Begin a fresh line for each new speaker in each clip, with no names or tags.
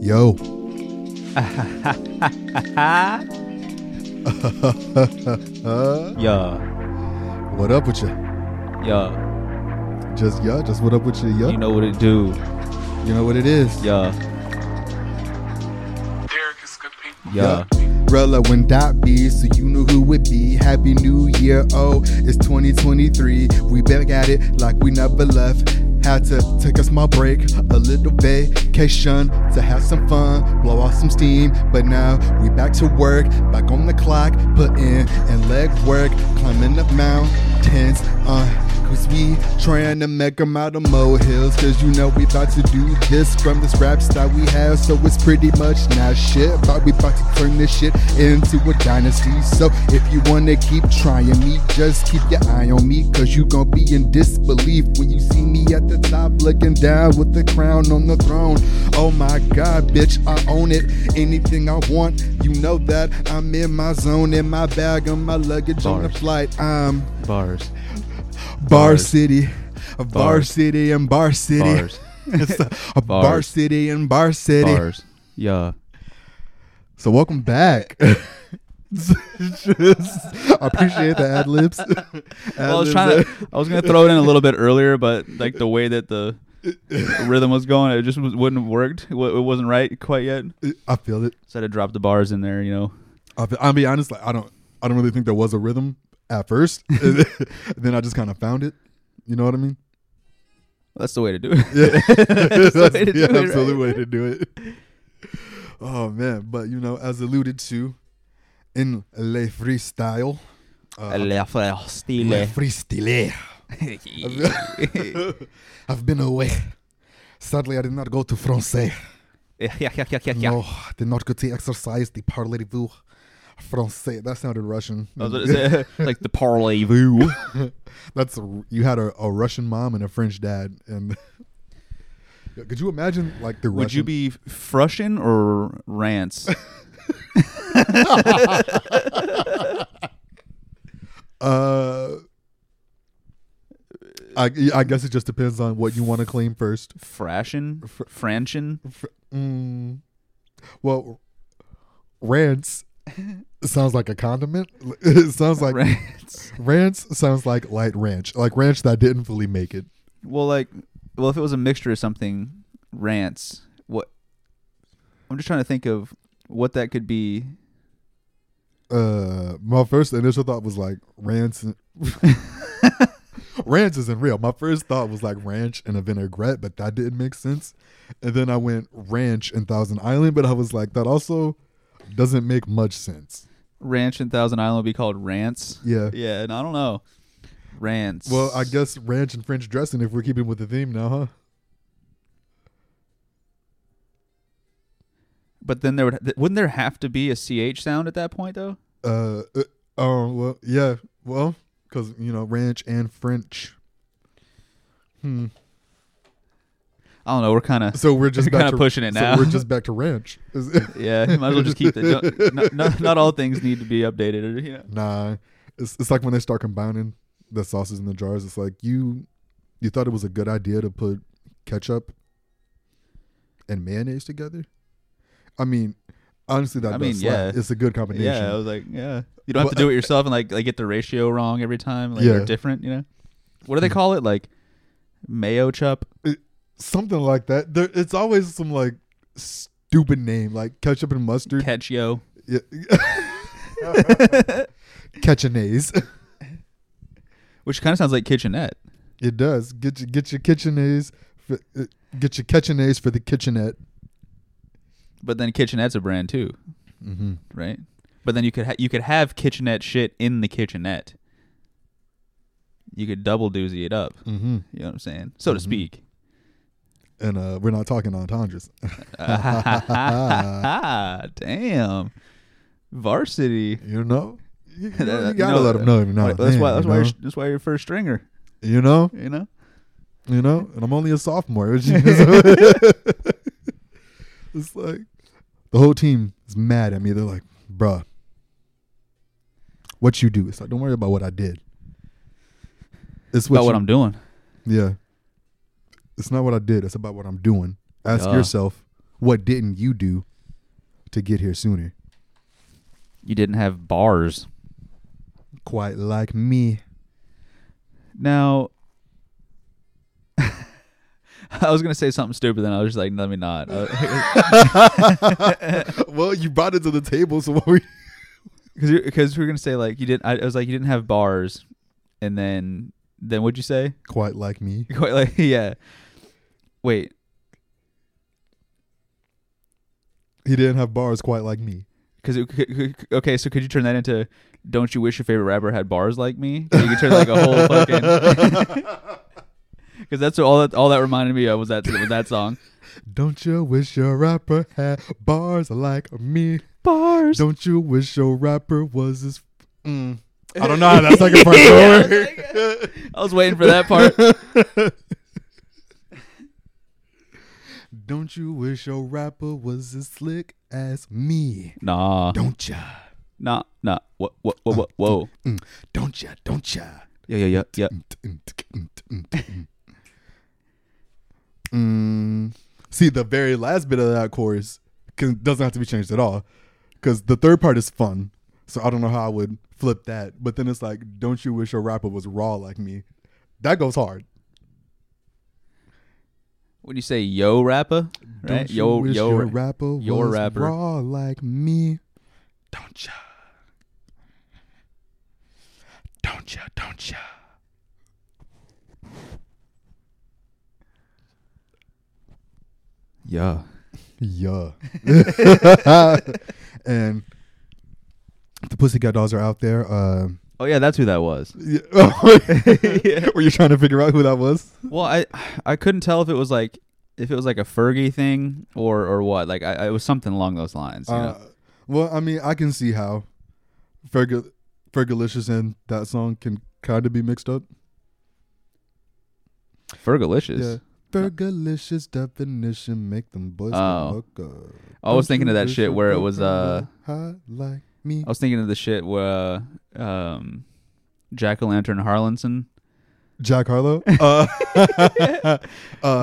Yo.
Yeah,
What up with you?
yeah.
Just yeah, just what up with you? Yeah.
You know what it do.
You know what it is.
Yeah,
Derek is good people.
yeah.
Rella when dot B, so you know who it be. Happy New Year. Oh, it's 2023. We back at it like we never left. Had to take a small break, a little vacation to have some fun, blow off some steam. But now we back to work, back on the clock, put in and leg work, climbing up mountains. Uh, Cause we trying to make 'em out of molehills. Cause you know we about to do this from the scraps that we have. So it's pretty much not shit. But we about to turn this shit into a dynasty. So if you wanna keep trying me, just keep your eye on me. Cause you gon' be in disbelief when you see me at the top looking down with the crown on the throne. Oh my god, bitch, I own it. Anything I want, you know that. I'm in my zone, in my bag, on my luggage, on the
Bars.
flight. I'm.
Bars,
Bar
Bars.
City, a Bar
Bars.
City and Bar City.
bars,
It's a, a Bar
Bars.
City and Bar City.
bars. Yeah,
So welcome back. Just- I appreciate the ad libs.
Well, I was trying to. I was gonna throw it in a little bit earlier, but like the way that the rhythm was going, it just was, wouldn't have worked. It wa- it wasn't right quite yet.
I feel it.
So I had to drop the bars in there. You know.
I feel, I'll be honest. Like I don't. I don't really think there was a rhythm at first. And then I just kind of found it. You know what I mean?
That's the way to do it.
Yeah,
That's the way to do
yeah,
it, right?
absolute way to do it. Oh man, but you know, as alluded to in Le Freestyle, uh, Le Freestyle. I've been away. Sadly, I did not go to France. No, I did not go to exercise the parlez-vous français. That sounded Russian.
I was gonna say, like the parley vous.
That's you had a, a Russian mom and a French dad, and could you imagine like the
Would
Russian?
you be Frussian or Rance?
Uh, I, I guess it just depends on what you want to claim first.
Frashin? Franchin?
Mm, well, rants sounds like a condiment. It sounds like
Rance.
rants sounds like light ranch, like ranch that didn't fully make it.
Well, like, well, if it was a mixture of something, rants. What? I'm just trying to think of what that could be.
Uh, my first initial thought was like rants. And ranch isn't real. My first thought was like ranch and a vinaigrette, but that didn't make sense. And then I went ranch and Thousand Island, but I was like that also doesn't make much sense.
Ranch in Thousand Island would be called rants.
Yeah.
Yeah, and I don't know. Rants.
Well, I guess ranch and French dressing if we're keeping with the theme now, huh?
But then there would th- wouldn't there have to be a ch sound at that point though?
uh, uh oh well yeah well because you know ranch and french hmm
I don't know. We're kind of
so we're just
You're
back
kinda
to,
pushing it
so
now.
we're just back to ranch Is-
yeah. You might as well just keep that. Not, not, not all things need to be updated. Or, you know.
nah it's, it's like when they start combining the sauces in the jars it's like you you thought it was a good idea to put ketchup and mayonnaise together i mean honestly that
I
does
mean,
slap.
yeah.
it's a good combination
Yeah, I was like, yeah. You don't have
But-
to do it yourself and like like get the ratio wrong every time. Like
Yeah.
they're different, you know. What do they call it? Like mayo chup.
something like that there it's always some like stupid name like ketchup and mustard
Ketchio.
Yeah. Catch a nays.
Which kind of sounds like kitchenette.
It does. Get your get your kitchen a's. For, uh, get your kitchen a's for the kitchenette.
But then kitchenette's a brand too,
Mm-hmm.
right? But then you could ha- you could have kitchenette shit in the kitchenette. You could double doozy it up.
Mm-hmm.
You know what I'm saying? So to speak.
And uh, we're not talking entendres.
Damn. Varsity.
you know. You, you,
That-
know, you
that-
gotta
know,
let them know every now. and
That's why.
then,
That's
you
why.
know?
You're, that's why you're first stringer.
You know.
You know.
You know. And I'm only a sophomore. It's just- it's like the whole team is mad at me. They're like, "Bruh, what you do?" It's like, don't worry about what I did. It's
about
you,
what I'm doing.
Yeah. It's not what I did. It's about what I'm doing. Ask
Duh.
yourself, What didn't you do to get here sooner?
You didn't have bars.
Quite like me.
Now, I was gonna say something stupid, then I was just like, let me not. Uh,
well, you brought it to the table, so what were you-
Because because we were gonna say like you didn't. I, I was like you didn't have bars, and then then what'd you say?
quite like me.
Quite like yeah. Wait,
He didn't have bars quite like me.
because okay, so could you turn that into? Don't you wish your favorite rapper had bars like me? You could turn like a whole fucking. Because that's what all that all that reminded me of was that was that song.
Don't you wish your rapper had bars like me?
Bars.
Don't you wish your rapper was as. Mm. I don't know how that second part works.
I was waiting for that part.
Don't you wish your rapper was as slick as me?
Nah,
Don't ya?
nah, nah. What? What? What? What? Whoa.
Mm. Don't ya? Don't ya?
Yeah, yeah, yeah, yeah.
Mm. See, the very last bit of that chorus can, doesn't have to be changed at all because the third part is fun. So I don't know how I would flip that. But then it's like, don't you wish your rapper was raw like me? That goes hard.
When you say yo rapper, right?
Don't you
Yo,
wish
yo,
your
ra-
rapper was
your rapper.
raw like me? Don't ya? Don't ya? Don't ya?
yeah.
Yeah. and the Pussycat Dolls are out there. Uh,
Oh yeah, that's who that was.
yeah. Were you trying to figure out who that was?
Well, I I couldn't tell if it was like if it was like a Fergie thing or or what. Like I, I- it was something along those lines. You know?
Uh, well, I mean, I can see how Fergal- Fergalicious and that song can kind of be mixed up.
Fergalicious.
Yeah. Fergalicious definition make them boys go
Oh.
hook up.
I
Don't
was thinking
you
of that
wish
shit
your
where it was, uh,
girlfriend were hot like me.
I was thinking of the shit where uh, um, Jack O' Lantern Harlanson,
Jack Harlow. Uh,
but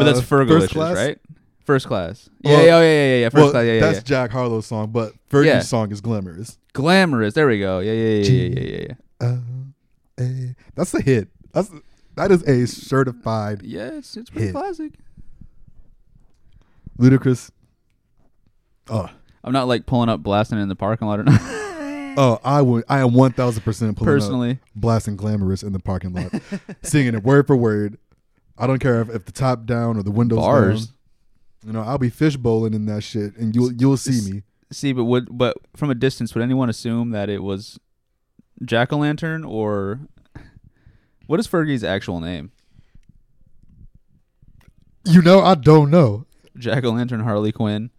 that's
First
Fergalicious,
Class?
right? First class.
Well-
yeah, yeah, oh, yeah, yeah, yeah. First
well,
class. Yeah, yeah,
that's
yeah.
Jack Harlow's song, but Fergie's
Yeah.
song is glamorous.
Glamorous. There we go. Yeah, yeah, yeah, yeah, yeah, yeah. yeah.
Uh, eh. That's a hit. That's that is a certified
Yeah, it's it's pretty
Hit.
classic.
ludicrous. Oh,
I'm not like pulling up blasting in the parking lot or not.
oh, I would. I am one thousand percent personally
Personally,
blasting glamorous in the parking lot, singing it word for word. I don't care if, if the top down or the windows
bars.
down. You know, I'll be fish bowling in that shit, and you'll you'll see me.
See, but would but from a distance, would anyone assume that it was Jack o' Lantern or what is Fergie's actual name?
You know, I don't know.
Jack o' Lantern Harley Quinn.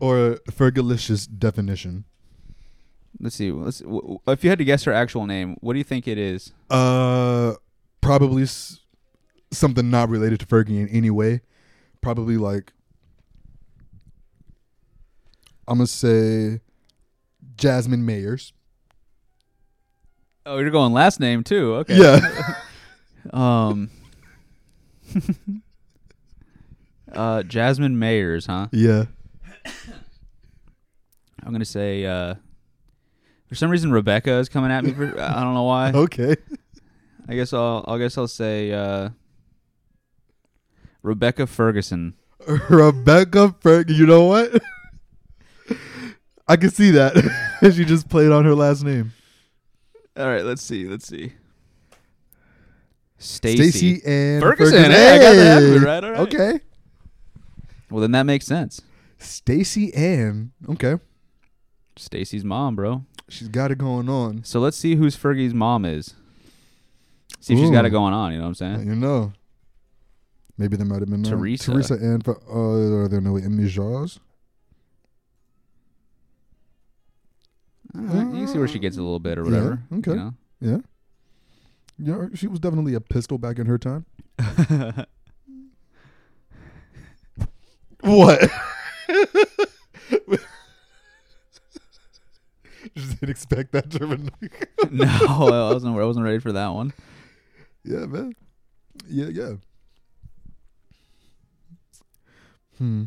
or Fergalicious definition.
Let's see. Let's, w- w- if you had to guess her actual name, what do you think it is?
Uh, probably s- something not related to Fergie in any way. Probably like I'm gonna say Jasmine Mayers.
Oh, you're going last name too. Okay.
Yeah,
Um. uh, Jasmine Mayers, huh?
yeah.
I'm gonna say. Uh, for some reason, Rebecca is coming at me. For, I don't know why.
Okay.
I guess I'll I guess I'll say uh, Rebecca Ferguson.
Rebecca Fergie. You know what? I can see that she just played on her last name,
All right, let's see, let's see. Stacy.
Stacy and
Ferguson, hey, I got that
Hey!
right, all right.
Okay,
Well, then that makes sense.
Stacy Ann. Okay,
Stacy's mom, bro.
she's got it going on.
So let's see who's Fergie's mom is. See if she's got it
Ooh.
going on. You know what I'm saying?
You know. Maybe there might have been uh,
Teresa.
Teresa and for uh, are there no Emmy Jaws?
All right, you can see where she gets a little bit or
Yeah,
whatever.
okay.
You know?
Yeah. Yeah, she was definitely a pistol back in her time. What? Just didn't expect that German.
no, I wasn't. I wasn't ready for that one.
yeah, man. Yeah, yeah. Hmm.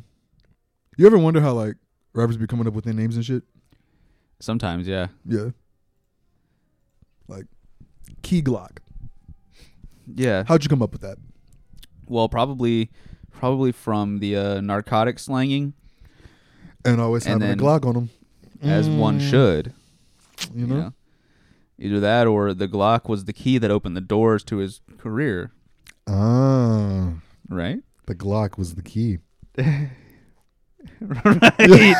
You ever wonder how like rappers be coming up with their names and shit?
Sometimes, yeah.
Yeah. Like Key Glock.
Yeah.
How'd you come up with that?
Well, probably probably from the uh, narcotic slanging
And always
And
having a
then-
Glock on them.
as one should,
Mm. You know?
Either that or the Glock was the key that opened the doors to his career,
Ah.
right?
The Glock was the key.
right. dude.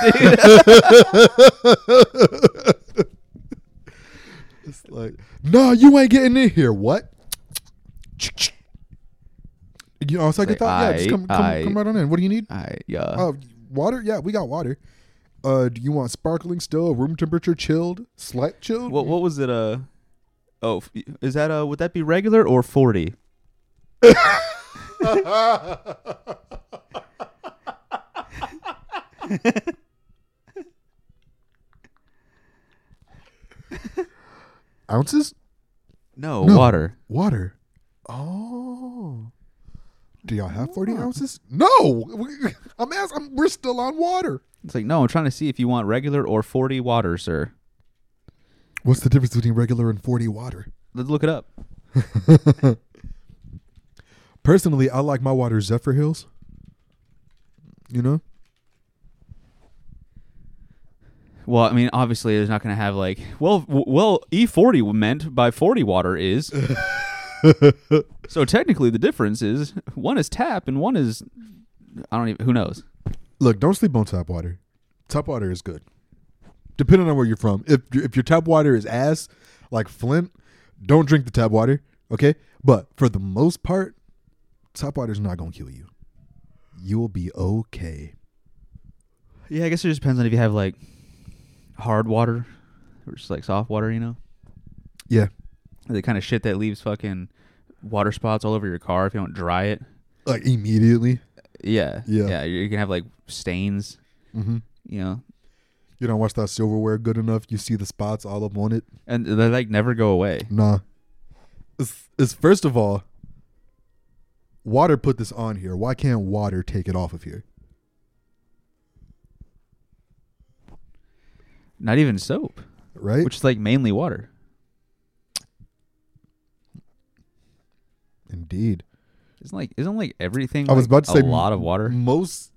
It's like, nah, you ain't getting in here. What? You know, it's like, I
Like,
thought, yeah, just
I-
come, come,
I- Uh-huh.
come right on in. What do you need?
I yeah.
Uh, water? Yeah, we got water. Uh, do you want sparkling still, room temperature chilled, slight chilled?
What what was it? Uh, oh, f- is that uh? Would that be regular or forty?
Ounces?
No,
No.
water.
Water. Oh. Do y'all have 40 ounces? No. We- I'm ask, I'm, we're still on water.
It's like no. I'm trying to see if you want regular or forty water, sir.
What's the difference between regular and 40 water?
Let's look it up.
Personally, I like my water Zephyr Hills. You know?
Well, I mean, obviously, there's not going to have like well, w- well, E40 meant by forty water is. so technically, the difference is one is tap and one is I don't even who knows.
Look, don't sleep on tap water. Tap water is good. Depending on where you're from. If your- if your tap water is ass, like Flint, don't drink the tap water, okay? But for the most part, tap water is not going to kill you. You'll be okay.
Yeah, I guess it just depends on if you have like hard water or just like soft water, you know.
Yeah.
the kind of shit that leaves fucking water spots all over your car if you don't dry it.
Like immediately.
Yeah.
Yeah.
Yeah. You can have like stains,
hmm
you know,
You don't wash that silverware good enough, you see the spots all up on it.
and they like never go away.
Nah. It's, it's first of all, water put this on here. Why can't water take it off of here?
Not even soap,
Right?
which is like mainly water.
Indeed.
Isn't like isn't like everything
I was
like,
about to say
a lot of water.
Most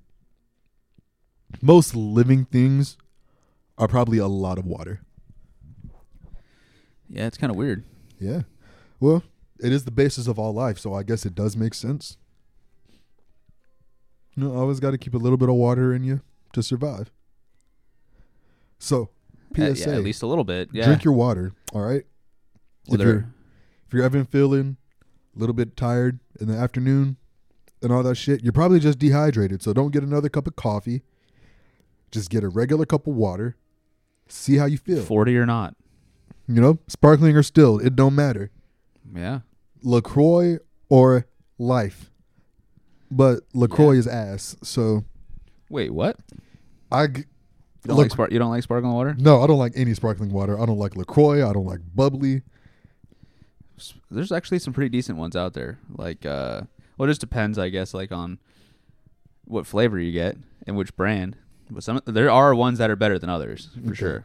most living things are probably a lot of water.
Yeah, it's kind of weird.
Yeah. Well, it is the basis of all life, so I guess it does make sense. You know, always got to keep a little bit of water in you to survive. So,
Uh,
PSA:
yeah, at least a little bit. Yeah.
drink your water. All right. If
Whether-
you're, if you're ever feeling a little bit tired in the afternoon and all that shit, you're probably just dehydrated. So don't get another cup of coffee. Just get a regular cup of water. See how you feel.
40 or not.
You know, sparkling or still, it don't matter.
Yeah.
LaCroix or life. But LaCroix is ass. So
Wait, what?
I. g-
You don't
Lac-
like spark you don't like sparkling water?
no, I don't like any sparkling water. I don't like LaCroix. I don't like bubbly.
S- There's actually some pretty decent ones out there. Like uh well, it just depends, I guess, like on what flavor you get and which brand. But some there are ones that are better than others, for
Okay.
sure.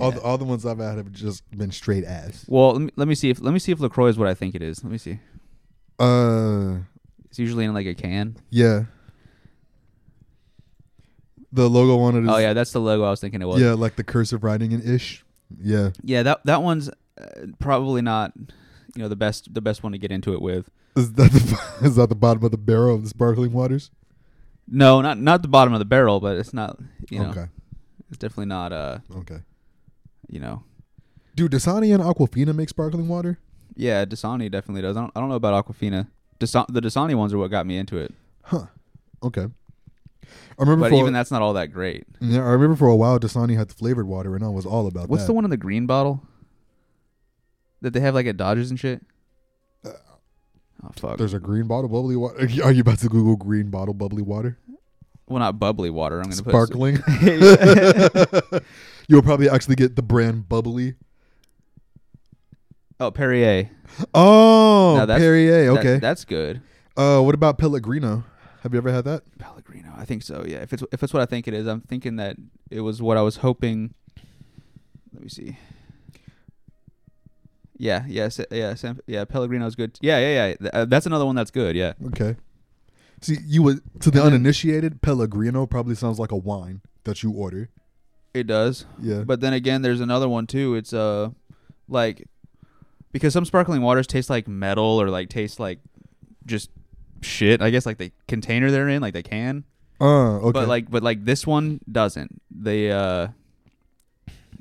All,
Yeah.
the, all the ones I've had have just been straight ass.
Well, let me, let me see if let me see if Lacroix is what I think it is. Let me see.
Uh,
It's usually in like a can.
yeah. The logo on it is
Oh yeah, that's the logo I was thinking it was.
yeah, like the cursive writing and ish. Yeah,
Yeah, that that one's uh, probably not you know the best the best one to get into it with.
is that the, is that the bottom of the barrel of the sparkling waters?
No, not not the bottom of the barrel, but it's not you know
okay,
it's definitely not uh
okay.
you know
Dude, Dasani and Aquafina make sparkling water.
yeah Dasani definitely does. I don't I don't know about Aquafina. Dasa- the Dasani ones are what got me into it,
Okay, I remember
but
for
even that's not all that great.
yeah, I remember for a while Dasani had the flavored water, and I was all about
What's
that.
the one in the green bottle that they have like at Dodgers and shit? oh fuck.
Uh, There's a green bottle bubbly water. Are you about to Google green bottle bubbly water?
Well, not bubbly water. I'm gonna put
Sparkling. You'll probably actually get the brand bubbly.
Oh, Perrier.
Oh,
Now that's-
Perrier.
That-
Okay.
that's good.
uh, what about Pellegrino? Have you ever had that?
Pellegrino. I think so. Yeah. If it's if it's what I think it is, I'm thinking that it was what I was hoping. Let me see. Yeah. Yeah. Sa- Yeah. San, yeah. Pellegrino's good. Yeah. Yeah. Yeah. Th- uh, that's another one that's good. Yeah.
Okay. See, you would to the
And then-
uninitiated, Pellegrino probably sounds like a wine that you order.
It does.
Yeah.
But then again, there's another one too. It's uh, like, because some sparkling waters taste like metal or like taste like just shit. I guess like the container they're in, like the can.
uh, okay.
But like, but like this one doesn't. The uh,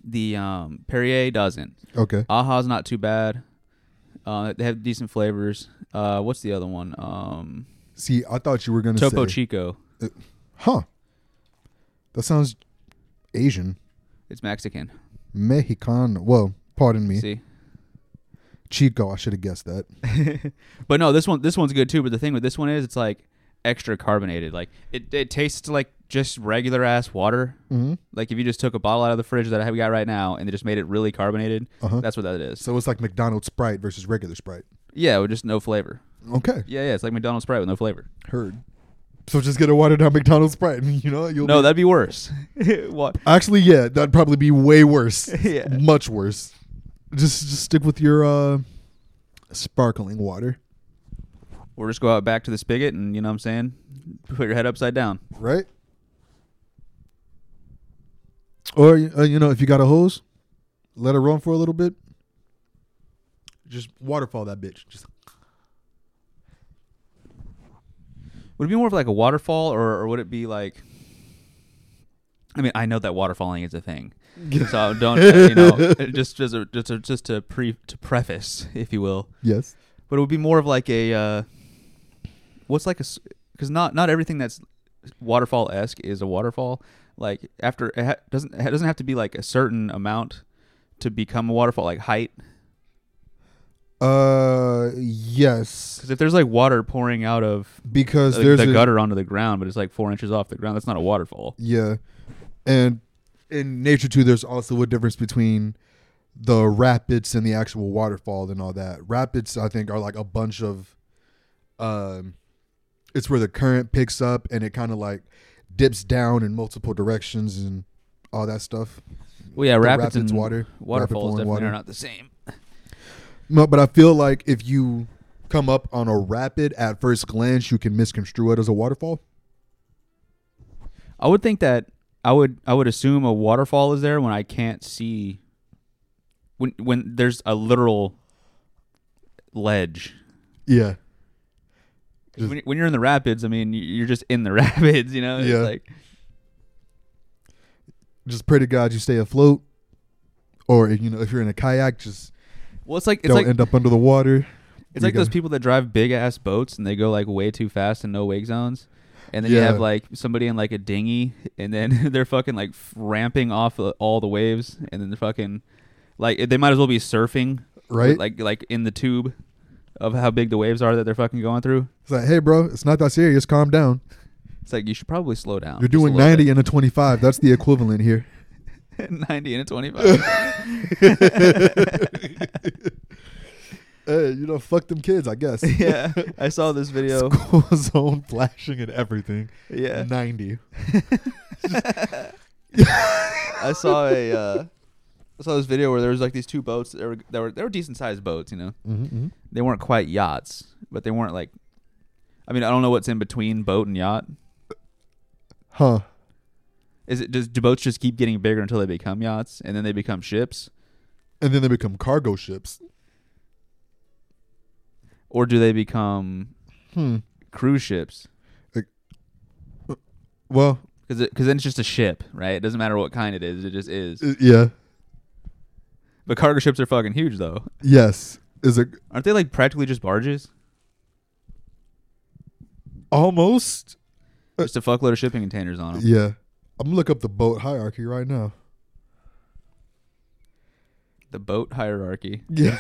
the um Perrier doesn't.
okay.
Aha's not too bad. Uh, they have decent flavors. Uh, what's the other one? Um,
See, I thought you were gonna
Topo
say,
Chico.
huh? That sounds Asian,
It's Mexican.
Mexican. Well, pardon me,
See,
Chico. I should have guessed that.
but no, this one this one's good too. But the thing with this one is, it's like extra carbonated. Like it, it tastes like just regular ass water.
Mm-hmm.
Like if you just took a bottle out of the fridge that I have got right now and they just made it really carbonated,
Uh-huh.
that's what that is.
So it's like McDonald's Sprite versus regular Sprite.
yeah, with just no flavor.
Okay,
Yeah, yeah, it's like McDonald's Sprite with no flavor.
heard. So just get a watered down McDonald's Sprite, and you know you'll.
No,
be-
that'd be worse. what?
actually, yeah, that'd probably be way worse.
Yeah.
much worse. Just just stick with your uh, sparkling water,
Or just go out back to the spigot and you know what I'm saying, put your head upside down.
right? Or uh, you know, if you got a hose, let it run for a little bit. Just waterfall that bitch. Just
Would it be more of like a waterfall, or, or would it be like? I mean, I know that waterfalling is a thing, so don't uh, you know? Just just a, just a, just to pre to preface, if you will,
yes.
but it would be more of like a uh, what's like a because not not everything that's waterfall esque is a waterfall. Like after it ha- doesn't it doesn't have to be like a certain amount to become a waterfall, like height.
Uh, yes,
Because if there's like water pouring out of
because
the,
there's
the
a,
gutter onto the ground, but it's like four inches off the ground, that's not a waterfall.
Yeah, and in nature too, there's also a difference between the rapids and the actual waterfall and all that. Rapids, I think, are like a bunch of, um, it's where the current picks up and it kind of like dips down in multiple directions and all that stuff.
Well, yeah,
The
rapids,
rapids
and
water-
waterfalls
rapid flowing
definitely
water.
are not the same.
No, but I feel like if you come up on a rapid at first glance, you can misconstrue it as a waterfall.
I would think that I would I would assume a waterfall is there when I can't see when when there's a literal ledge.
Yeah.
'Cause
Just-
When, you- when you're in the rapids, I mean, you- you're just in the rapids, you know. It's
Yeah.
like
Just pray to God you stay afloat, or you know if you're in a kayak, just
well, it's like it's
don't
like
end up under the water.
it's like
you
those
gotta-
people that drive big ass boats and they go like way too fast and no wake zones. And then you
Yeah.
have like somebody in like a dinghy, and then they're fucking like f- ramping off uh, all the waves, and then they're fucking like they might as well be surfing
right?
like like in the tube of how big the waves are that they're fucking going through.
it's like, hey, bro, it's not that serious. Calm down.
It's like you should probably slow down.
You're
just a
doing
little
90 and a 25. That's the equivalent here.
bit. 90 and a 25.
Hey, you know, fuck them kids, I guess.
yeah, I saw this video.
School zone flashing and everything.
Yeah,
90.
I saw a uh, I saw this video where there was like these two boats that were that were, they were decent sized boats. You know,
Mm-hmm.
they weren't quite yachts, but they weren't like. I mean, I don't know what's in between boat and yacht.
Huh.
Is it does do boats just keep getting bigger until they become yachts and then they become ships,
And then they become cargo ships.
or do they become
Hmm.
cruise ships?
Well,
because because then it's just a ship, right? It doesn't matter what kind it is; it just is.
uh, yeah.
But cargo ships are fucking huge, though.
Yes. Is it
Aren't they like practically just barges?
almost? Uh,
Just a fuckload of shipping containers on them.
Yeah. I'm going to look up the boat hierarchy right now.
The boat hierarchy.
Yeah.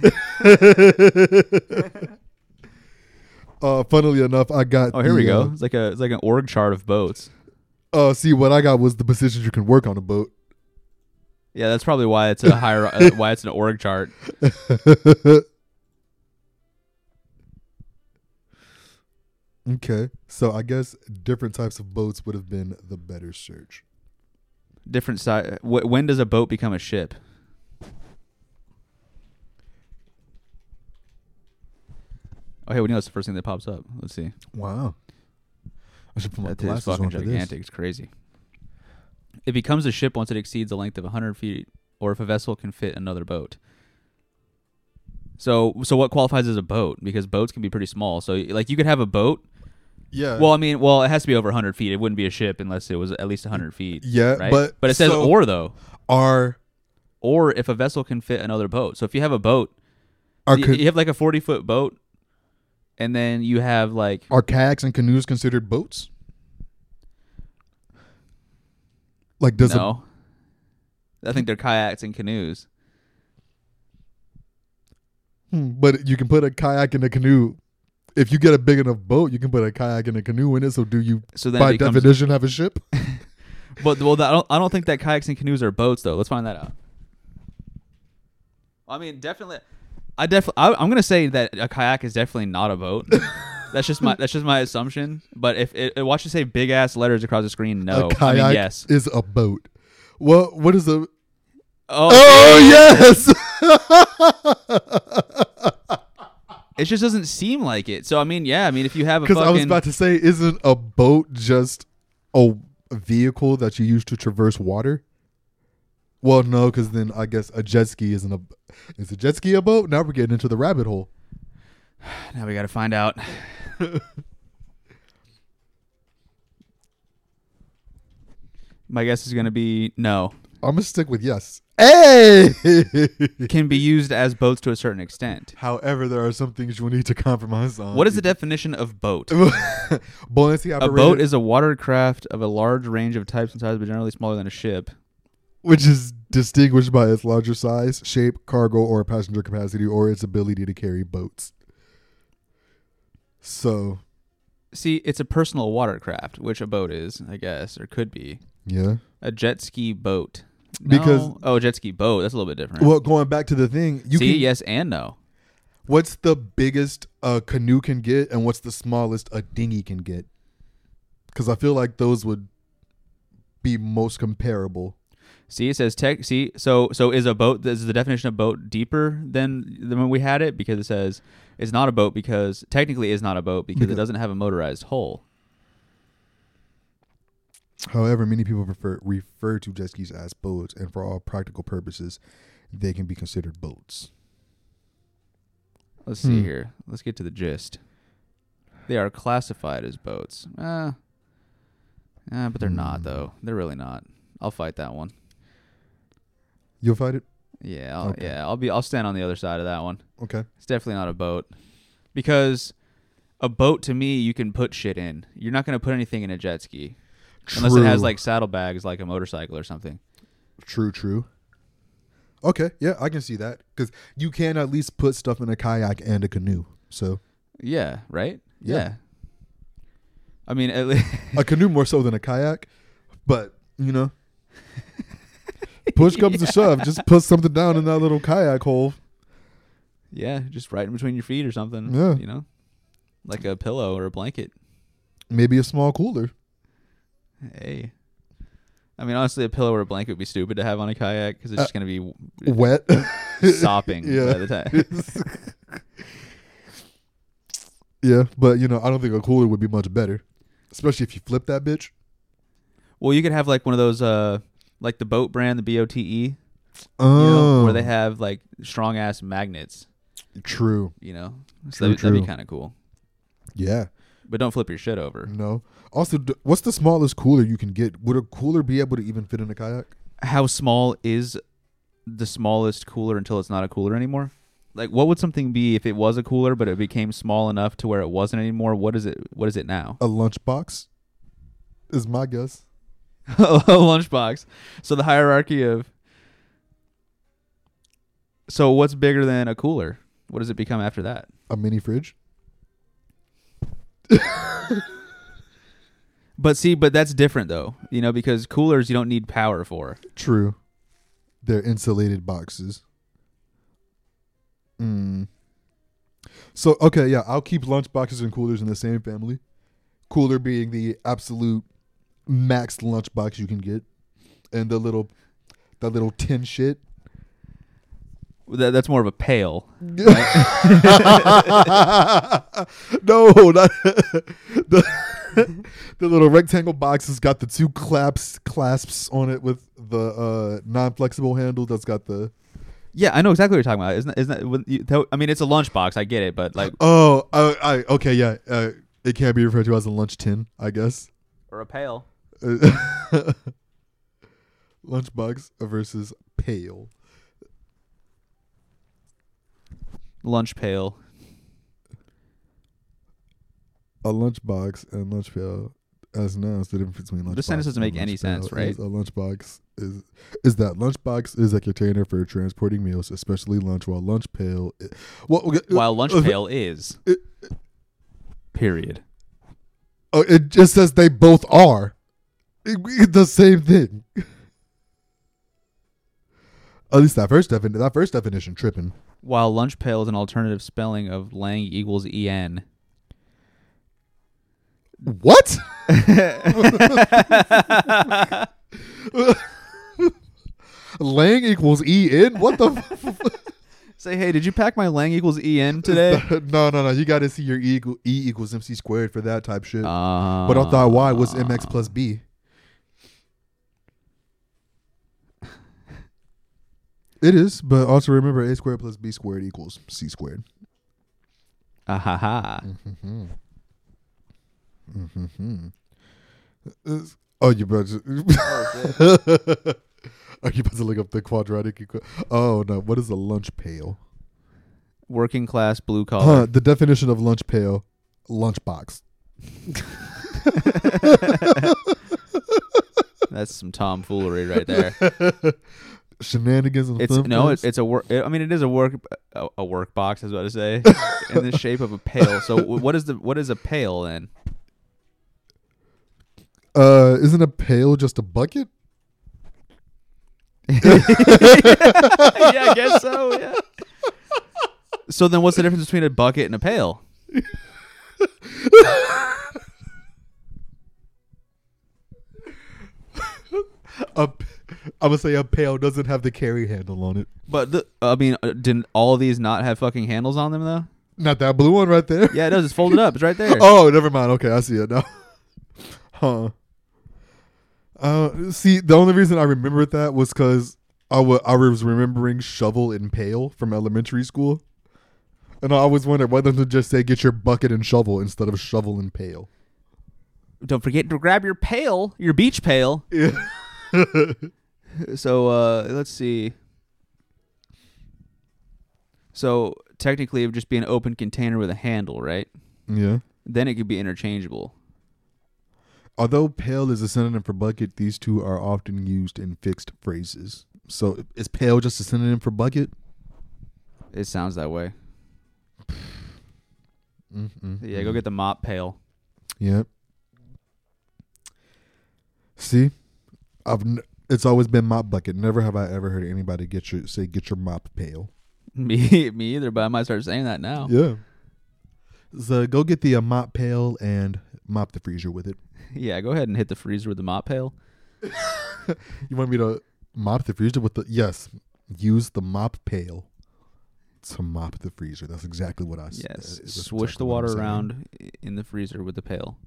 uh, funnily enough, I got.
Oh, here
the,
we
uh,
go. It's like a it's like an org chart of boats.
Uh, see, what I got was the positions you can work on a boat.
Yeah, that's probably why it's a hier- uh, why it's an org chart.
Okay. So I guess different types of boats would have been the better search.
Different size. Wh- when does a boat become a ship? Oh, hey, we know it's the first thing that pops up. Let's see.
Wow. I should put my
That thing
glasses
is fucking
on for this.
gigantic. It's crazy. It becomes a ship once it exceeds a length of 100 feet, or if a vessel can fit another boat. So, so what qualifies as a boat? Because boats can be pretty small. So, like, you could have a boat.
Yeah.
Well, I mean, well, it has to be over 100 feet. It wouldn't be a ship unless it was at least 100 feet.
Yeah,
right?
but-
but it says
so-
or though,
are
or if a vessel can fit another boat. So, if you have a boat,
are
you,
ca-
you have like a 40 foot boat, and then you have like
are kayaks and canoes considered boats? Like does a,
no. I think they're kayaks and canoes.
Hmm, but you can put a kayak in a canoe. If you get a big enough boat, you can put a kayak and a canoe in it. So do you
So then
by
it becomes
definition have a ship?
But well, I don't. I don't think that kayaks and canoes are boats, though. Let's find that out. I mean, definitely. I definitely. I'm gonna say that a kayak is definitely not a boat. that's just my. That's just my assumption. But if it, it watch it say big ass letters across the screen,
a
no. I
kayak
mean, yes.
is a boat. Well, what is a
Oh,
Oh yes.
it just doesn't seem like it. So I mean, yeah. I mean, if you have a
Because
fucking,
I was about to say, isn't a boat just a vehicle that you use to traverse water? Well, no, because then I guess a jet ski isn't a. Is a jet ski a boat? Now we're getting into the rabbit hole.
now we got to find out. My guess is gonna be no.
I'm gonna stick with yes. Hey.
Can be used as boats to a certain extent.
However, there are some things you need to compromise on.
What is the definition of boat?
buoyancy
A
operator?
boat is a watercraft of a large range of types and size, but generally smaller than a ship.
which is distinguished by its larger size, shape, cargo, or passenger capacity, or its ability to carry boats. So,
See, it's a personal watercraft, which a boat is, I guess, or could be.
yeah.
A jet ski boat. No.
Because-
oh, jet ski boat. That's a little bit different.
Well, going back to the thing, you
See,
can,
yes and no.
what's the biggest a canoe can get, and what's the smallest a dinghy can get? Because I feel like those would be most comparable.
See, it says tech. See, so so is a boat. Is the definition of boat deeper than than when we had it because it says it's not a boat because technically is not a boat because it doesn't have a motorized hull.
However, many people prefer refer to jet skis as boats, and for all practical purposes, they can be considered boats.
Let's see
Hmm.
here. Let's get to the gist. They are classified as boats. Uh, uh, but they're not
Hmm.
though. They're really not. I'll fight that one.
You'll find it.
Yeah, I'll,
Okay.
yeah. I'll be. I'll stand on the other side of that one.
Okay.
It's definitely not a boat, because a boat to me you can put shit in. You're not gonna put anything in a jet ski unless it has
True.
like saddlebags, like a motorcycle or something.
True, true. Okay, yeah, I can see that because you can at least put stuff in a kayak and a canoe. So
Yeah. Right.
Yeah.
I mean, at least
a canoe more so than a kayak, but you know, push comes to shove, just put something down in that little kayak hole.
yeah, just right in between your feet or something.
Yeah.
You know, like a pillow or a blanket.
Maybe a small cooler.
Hey. I mean, honestly, a pillow or a blanket would be stupid to have on a kayak because it's just going to be
Wet.
w- sopping
Uh, Yeah.
by the time.
yeah, but you know, I don't think a cooler would be much better, especially if you flip that bitch.
well, you could have like one of those, uh, like the boat brand, the BOTE, E, you
Oh,
know, where they have like strong ass magnets,
true.
you know? So
True,
that'd, that'd
true.
be kind of cool.
Yeah.
But don't flip your shit over.
No. Also, d- what's the smallest cooler you can get? Would a cooler be able to even fit in a kayak?
How small is the smallest cooler until it's not a cooler anymore? Like, what would something be if it was a cooler, but it became small enough to where it wasn't anymore? What is it? What is it now?
A lunchbox is my guess.
a lunchbox. So the hierarchy of so what's bigger than a cooler? What does it become after that?
A mini fridge.
But see, but that's different though, you know, because coolers you don't need power for.
True. They're insulated boxes. Mm. So okay, yeah, I'll keep lunchboxes and coolers in the same family. Cooler being the absolute max lunchbox you can get, and the little, that little tin shit.
That, that's more of a pail.
no, not the, the little rectangle box has got the two claps clasps on it with the uh, non-flexible handle. That's got the
Yeah, I know exactly what you're talking about. Isn't that, isn't that, when you, that- I mean, it's a lunchbox. I get it, but like,
oh, I, I okay, yeah. Uh, it can be referred to as a lunch tin, I guess.
or a pail.
Uh, Lunchbox versus pail.
Lunch pail.
A lunchbox and lunch pail, as nouns, the difference between lunchbox.
This sentence doesn't
and
make any
lunch
sense,
pail
right?
is A lunchbox is is that lunchbox is a container for transporting meals, especially lunch. While lunch pail, i- well, okay, uh,
While lunch
uh,
pail is.
uh,
Period.
uh, it just says they both are It- it's the same thing. At least that first definition. That first definition tripping.
While lunch pail is an alternative spelling of lang equals E en.
What? Lang equals E in? What the? f-
Say, hey, did you pack my lang equals en today?
no, no, no. You got to see your E equal, E equals MC squared for that type shit.
Uh,
but I thought Y was MX plus B. It is, but also remember A squared plus B squared equals C squared.
Ah, ha, ha.
It's- Oh, you about to? Are you about to look up the quadratic? Equ- oh no! What is a lunch pail?
Working class blue
Huh,
collar.
the definition of lunch pail, lunchbox.
That's some tomfoolery right there.
Shenanigans and
It's
fun
no,
facts?
it, it's a work. I mean, it is a work a, a work box. Is what I say in the shape of a pail. So w- what is the what is a pail then?
uh, isn't a pail just a bucket?
yeah, I guess so. Yeah. So then, what's the difference between a bucket and a pail?
A p- I'm gonna say a pail doesn't have the carry handle on it.
But the, I mean, uh, didn't all these not have fucking handles on them though?
Not that blue one right there.
Yeah, it does. It's folded up. It's right there.
Oh, never mind. Okay, I see it now. huh. Uh, see, the only reason I remembered that was because I wa- I was remembering shovel and pail from elementary school, and I always wondered why doesn't it just say get your bucket and shovel instead of shovel and pail.
Don't forget to grab your pail, your beach pail.
Yeah.
So uh, let's see. So technically, it would just be an open container with a handle, right?
Yeah.
Then it could be interchangeable.
Although pail is a synonym for bucket, these two are often used in fixed phrases. So is pail just a synonym for bucket?
It sounds that way. Yeah, go get the mop pail.
Yep. See, I've n- it's always been mop bucket. Never have I ever heard anybody get your say get your mop pail.
Me, me either. But I might start saying that now.
Yeah. So go get the uh, mop pail and mop the freezer with it.
Yeah, go ahead and hit the freezer with the mop pail.
You want me to mop the freezer with the yes? Use the mop pail to mop the freezer. That's exactly what I s- uh,
Yes,
that's
swish
exactly what
the
I'm
water
saying.
around i- in the freezer with the pail.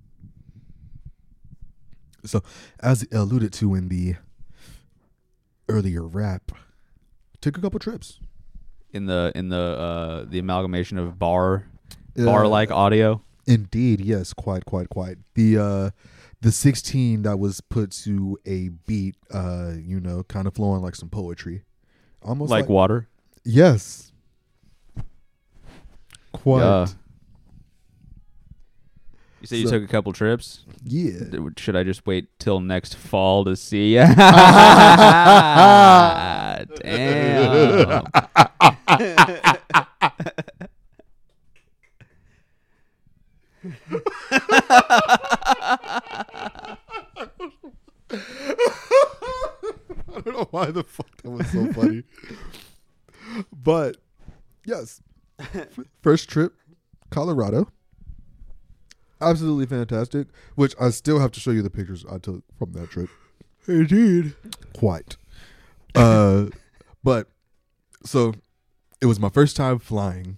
So, as alluded to in the earlier rap, took a couple trips.
In the in the uh, the amalgamation of bar bar like audio.
Indeed, yes, quite, quite, quite. The uh the sixteen that was put to a beat, uh, you know, kind of flowing like some poetry. Almost
like, water.
Yes. Quite
Yeah. You say you
So-
took a couple trips.
yeah.
Th- Should I just wait till next fall to see? Damn.
I don't know why the fuck that was so funny. but yes. First trip, Colorado. absolutely fantastic. Which I still have to show you the pictures I took from that trip.
Indeed.
Quite. Uh, but so it was my first time flying,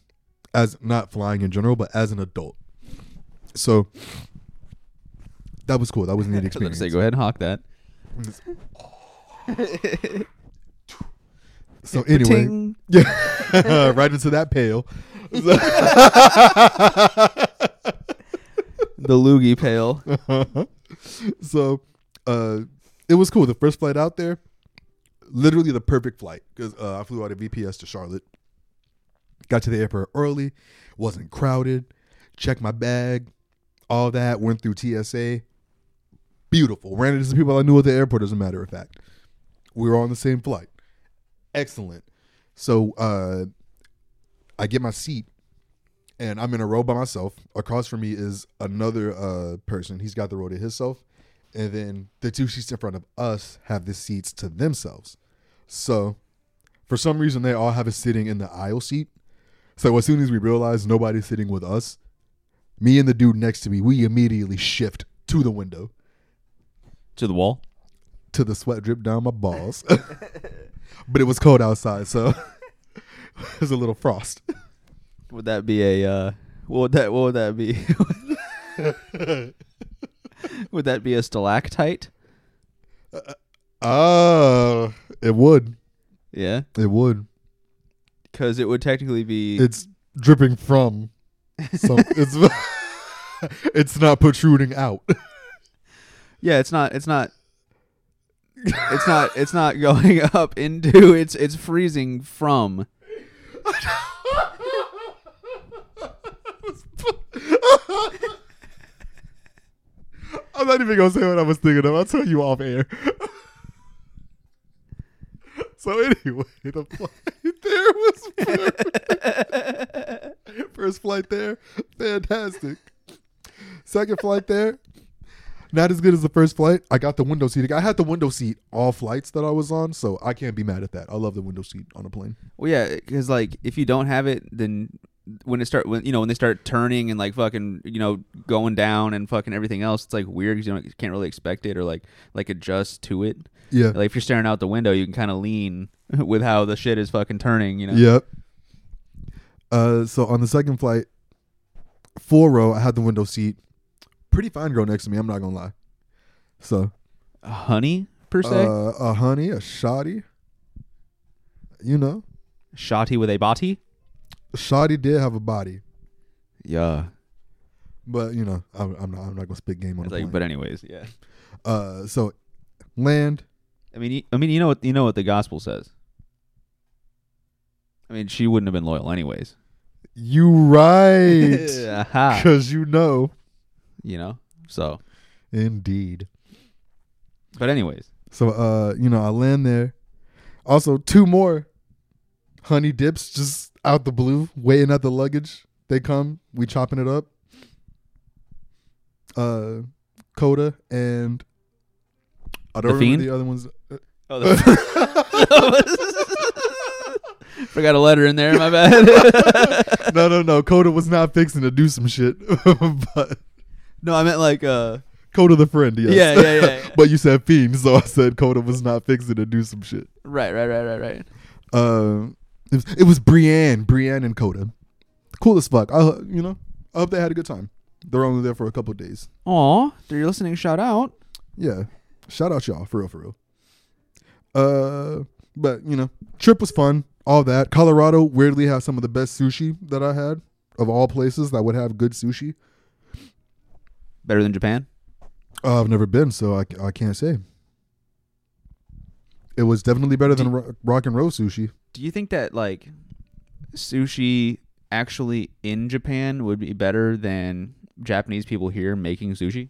as not flying in general, but as an adult. So that was cool. That was a neat
I was about to
experience.
say, go ahead and hawk that.
So anyway,
Ting.
yeah, right into that pail.
the loogie pail.
so uh, it was cool. The first flight out there, literally the perfect flight because uh, I flew out of VPS to Charlotte. Got to the airport early, wasn't crowded. Checked my bag, all that. Went through TSA. Beautiful. Ran into some people I knew at the airport. As a matter of fact, we were on the same flight. Excellent. So uh, I get my seat and I'm in a row by myself. Across from me is another uh, person. He's got the row to himself, and then the two seats in front of us have the seats to themselves. So, for some reason, they all have us sitting in the aisle seat. So as soon as we realize nobody's sitting with us, me and the dude next to me, we immediately shift to the window
To the wall.
to the sweat drip down my balls. but it was cold outside, so there's a little frost.
Would that be a uh what would that what would that be? would that be a stalactite?
Oh, it would.
Yeah.
It would.
Cuz it would technically be
It's dripping from. Some, it's it's not protruding out.
Yeah, it's not. It's not. It's not. It's not going up into. It's. It's freezing from.
I'm not even gonna say what I was thinking of. I'll tell you off air. so anyway, the flight there was perfect. first flight there, fantastic. Second flight there, not as good as the first flight. I got the window seat. I had the window seat all flights that I was on, so I can't be mad at that. I love the window seat on a plane.
Well, yeah, because like if you don't have it, then when it start when you know when they start turning and like fucking you know going down and fucking everything else, it's like weird because you, don't- you can't really expect it or like like adjust to it.
Yeah.
Like if you're staring out the window, you can kind of lean with how the shit is fucking turning. You know.
Yep. Uh, so on the second flight, four row, I had the window seat. Pretty fine girl next to me. I'm not gonna lie. So,
Honey per se.
uh, a honey, a shoddy. You know,
Shotty with a body.
shoddy did have a body,
Yeah.
but you know, I'm, I'm not. I'm not gonna spit game on
It's
the
like,
plane.
but anyways, yeah.
uh, so land.
I mean, y- I mean, you know what you know what the gospel says. I mean, she wouldn't have been loyal anyways.
You right?
Aha.
Because you know,
you know. So,
indeed.
but anyways,
So uh, you know, I land there. Also, two more honey dips just out the blue, waiting at the luggage. They come, we chopping it up. Uh Coda and I don't remember
The Fiend?
the other ones. Uh,
oh, the- forgot a letter in there. My bad.
No, no, no. Coda was not fixing to do some shit. but
no, I meant like uh,
Coda the friend, yes.
Yeah, yeah, yeah, yeah.
but you said Fiend, so I said Coda was not fixing to do some shit.
right, right, right, right, right.
uh, it was, it was Brienne, Brienne and Coda. Cool as fuck. I, ho- you know, I hope they had a good time. They're only there for a couple of days.
Aw, they're listening. Shout out.
Yeah. Shout out y'all, for real, for real. Uh, but you know, trip was fun. All that. Colorado weirdly has some of the best sushi that I had of all places that would have good sushi.
Better than Japan.
Uh, I've never been, so I, I can't say. It was definitely better than ro- rock and roll sushi.
Do you think that like sushi actually in Japan would be better than Japanese people here making sushi?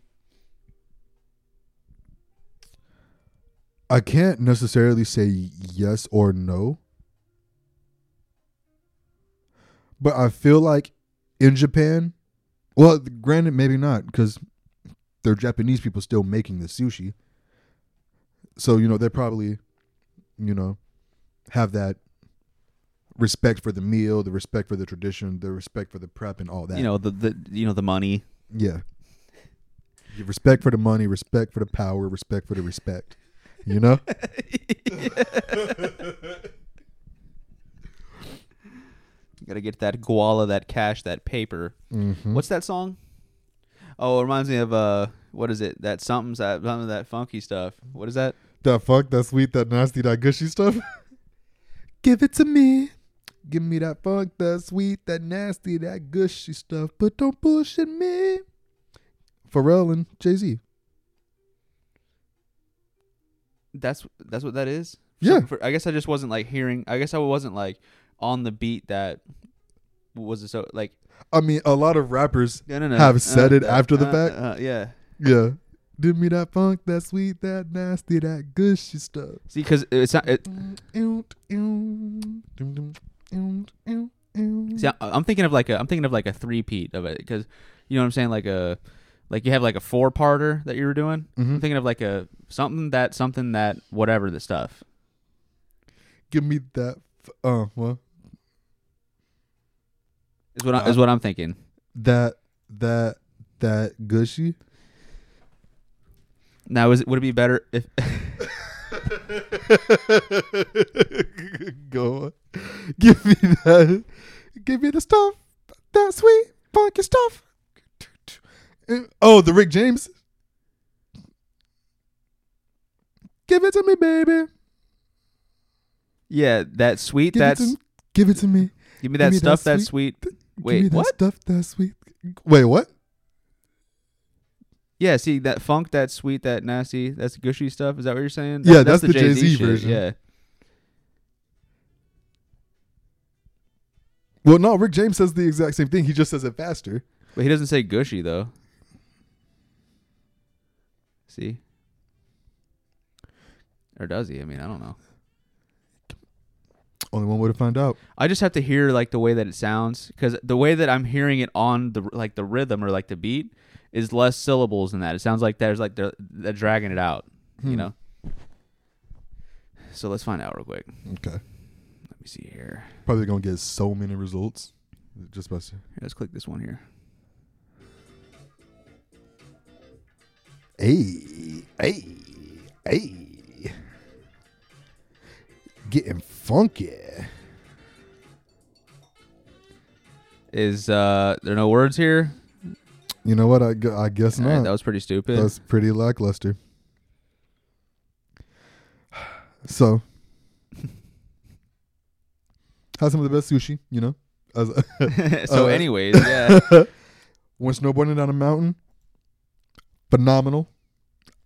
I can't necessarily say yes or no. But I feel like in Japan, well, granted, maybe not, because they're Japanese people still making the sushi. So, you know, they probably, you know, have that respect for the meal, the respect for the tradition, the respect for the prep and all that.
You know the, the you know the money.
yeah. Respect for the money, respect for the power, respect for the respect. You know?
Gotta get that guala, that cash, that paper.
Mhm.
What's that song? Oh, it reminds me of uh, what is it? That something's that some of that funky stuff. What is that?
That fuck, that sweet, that nasty, that gushy stuff. Give it to me. Give me that funk, that sweet, that nasty, that gushy stuff. But don't bullshit me. Pharrell and Jay Z.
That's that's what that is.
Yeah.
For- I guess I just wasn't like hearing. I guess I wasn't like on the beat that was it so like
I mean, a lot of rappers
no no no
Have said it after the
uh,
fact?
Uh, yeah.
Yeah. Give me that funk, that sweet, that nasty, that gushy stuff.
See, because it's not. It, see, I, I'm thinking of like a. I'm thinking of like a three-peat of it because, you know what I'm saying? Like a, like you have like a four-parter that you were doing.
Mm-hmm.
I'm thinking of like a something that something that whatever the stuff.
Give me that. F- uh, well,
Is what
Uh-huh.
I, is what I'm thinking.
that that that gushy.
Now, is it, would it be better if
Go on. Give me that. Give me the stuff. That sweet funky stuff. Oh, the Rick James. Give it to me, baby.
yeah that sweet
Give
that's
it to me. Give it to me.
give me that
me that
stuff that's sweet.
Give me
Wait,
that
what?
stuff that sweet. Wait, what?
Yeah, see that funk that sweet that nasty that's gushy stuff. Is that what you're saying?
Yeah, that's the Jay-Z
shit,
version.
Yeah.
Well, no, Rick James says the exact same thing. He just says it faster.
But he doesn't say gushy though. See? Or does he? I mean, I don't know.
Only one way to find out.
I just have to hear like the way that it sounds cuz the way that I'm hearing it on the like the rhythm or like the beat is less syllables than that. It sounds like there's like they're, they're dragging it out,
Hmm.
you know. So let's find out real quick.
Okay.
Let me see here.
Probably gonna get so many results. Just by saying.
Here, let's click this one here.
Hey, hey, hey. Getting funky.
Is uh there are no words here?
You know what? I, gu- I guess
All right,
not.
that was pretty stupid.
That's pretty lackluster. So, had some of the best sushi, you know? As,
so,
uh,
anyways, yeah,
went snowboarding down a mountain. Phenomenal.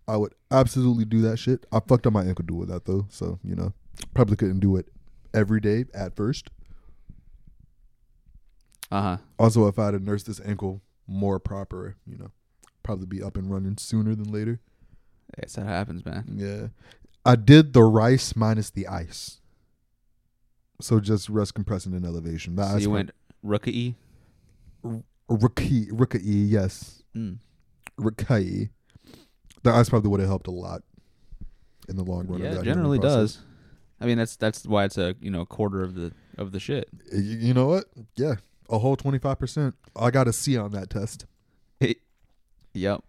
I would absolutely do that shit. I fucked up my ankle doing that though, so you know, probably couldn't do it every day at first.
uh huh.
Also, if I had nursed this ankle more proper, you know, probably be up and running sooner than later.
That's how it happens, man.
Yeah, I did the rice minus the ice, so just rest compression and elevation. The
So
ice
you went rookie.
rookie, rookie, yes.
Mm.
Rikai, the ice probably would have helped a lot in the long run. of
Yeah,
that
it
healing
generally
process.
does. I mean, that's that's why it's a you know quarter of the of the shit.
Y- You, know what? Yeah, a whole twenty five percent. I got a C on that test.
Yep.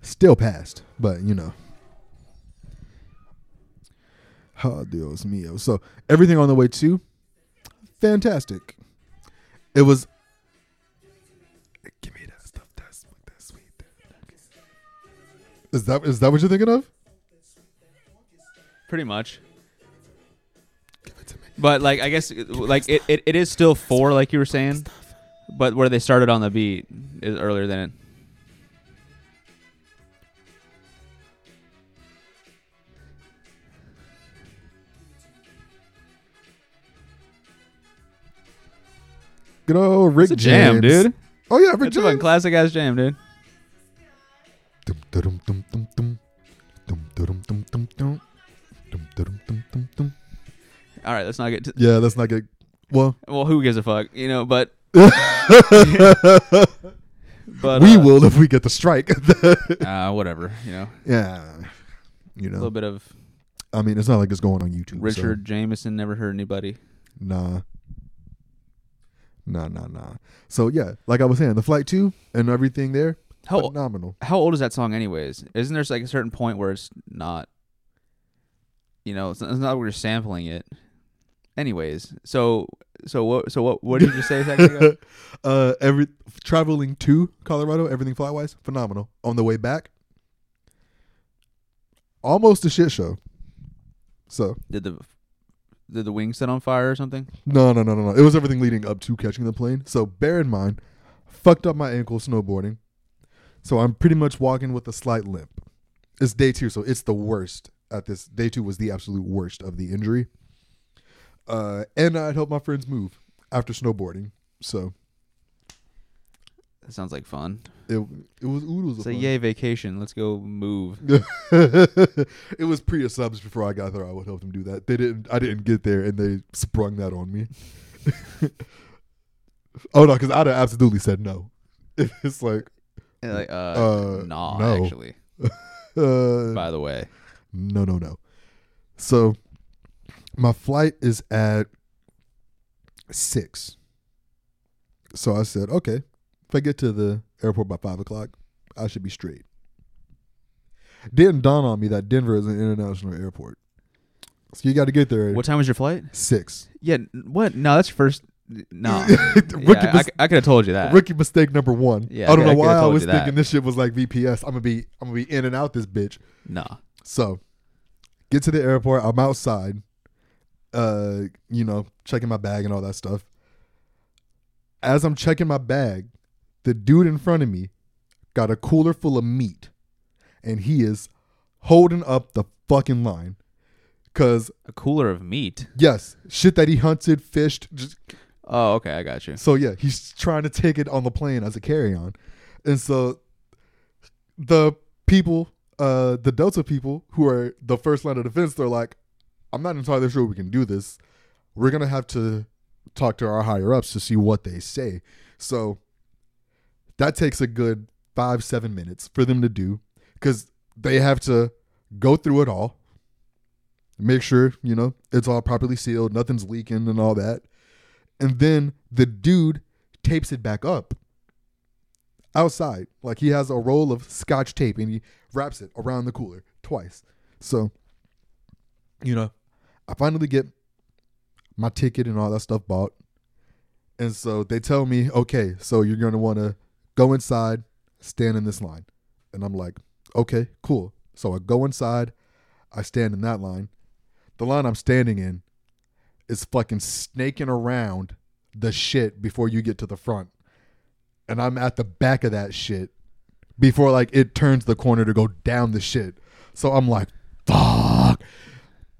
Still passed, but you know. Oh, Dios mío. So everything on the way to, fantastic. It was. Give me that stuff. That's that sweet. Is that is that what you're thinking of?
Pretty much.
Give it to me.
But like, I guess it- like it, it, it is still four, like you were saying, but where they started on the beat is earlier than it.
Good old Rick
It's a jam,
James.
dude.
Oh yeah, Rick
It's a fucking
James.
classic ass jam, dude.
Dum, dum, dum, dum, dum. Dum, dum, dum, dum, dum. Dum, dum, dum, dum, dum.
All right, let's not get to.
Yeah, that's not good. Well,
Well, who gives a fuck, you know? But but
we
uh,
will if we get the strike.
Uh, whatever, you know.
yeah, you
A little
know.
bit of
I mean, it's not like it's going on YouTube. so
Richard Jameson never hurt anybody.
nah. Nah, nah, nah. So yeah, like I was saying, the flight two and everything there,
How
phenomenal.
how old is that song anyways? Isn't there like a certain point where it's not you know, it's not, it's not we're sampling it. Anyways, so so what so what what did you just say a second ago?
uh, every traveling to Colorado, everything flight wise, phenomenal. On the way back, almost a shit show. So
Did the did the wings set on fire or something?
no, no, no, no, no. It was everything leading up to catching the plane. So bear in mind, fucked up my ankle snowboarding, so I'm pretty much walking with a slight limp. It's day two, so it's the worst at this. Day two was the absolute worst of the injury. Uh, and I'd helped my friends move after snowboarding, so
That sounds like fun.
it it was oodles. of
Say
fun.
yay vacation. Let's go move.
it was pre subs before I got there. I would help them do that. They didn't. I didn't get there, and they sprung that on me. oh no, because I'd have absolutely said no. It's like
And like, uh,
Uh,
nah,
no.
actually.
uh,
By the way,
no, no, no. So my flight is at six. So I said, okay, if I get to the airport by five o'clock, I should be straight. Didn't dawn on me that Denver is an international airport. So you got to get there at
what time was your flight?
six.
Yeah, n- what? No, that's first. No,
Rookie
yeah, I,
mis-
c- I could have told you that.
Rookie mistake number one.
Yeah,
I don't
I
know
coulda
why I
told
was
you that.
thinking this shit was like VPS. I'm gonna be I'm gonna be in and out this bitch.
No,
So, get to the airport. I'm outside, uh, you know, checking my bag and all that stuff. As I'm checking my bag, the dude in front of me got a cooler full of meat, and he is holding up the fucking line. Cause
a cooler of meat.
yes, shit that he hunted, fished, just
Oh, okay, I got you.
so yeah, he's trying to take it on the plane as a carry-on, and so the people, uh, the Delta people who are the first line of defense, they're like, "I'm not entirely sure we can do this. We're gonna have to talk to our higher ups to see what they say." So that takes a good five seven minutes for them to do because they have to go through it all, make sure you know it's all properly sealed, nothing's leaking, and all that and then the dude tapes it back up outside like he has a roll of scotch tape and he wraps it around the cooler twice so you know i finally get my ticket and all that stuff bought and so they tell me okay so you're going to want to go inside stand in this line and i'm like okay cool so i go inside i stand in that line the line i'm standing in is fucking snaking around the shit before you get to the front. And I'm at the back of that shit before like it turns the corner to go down the shit. So I'm like, fuck.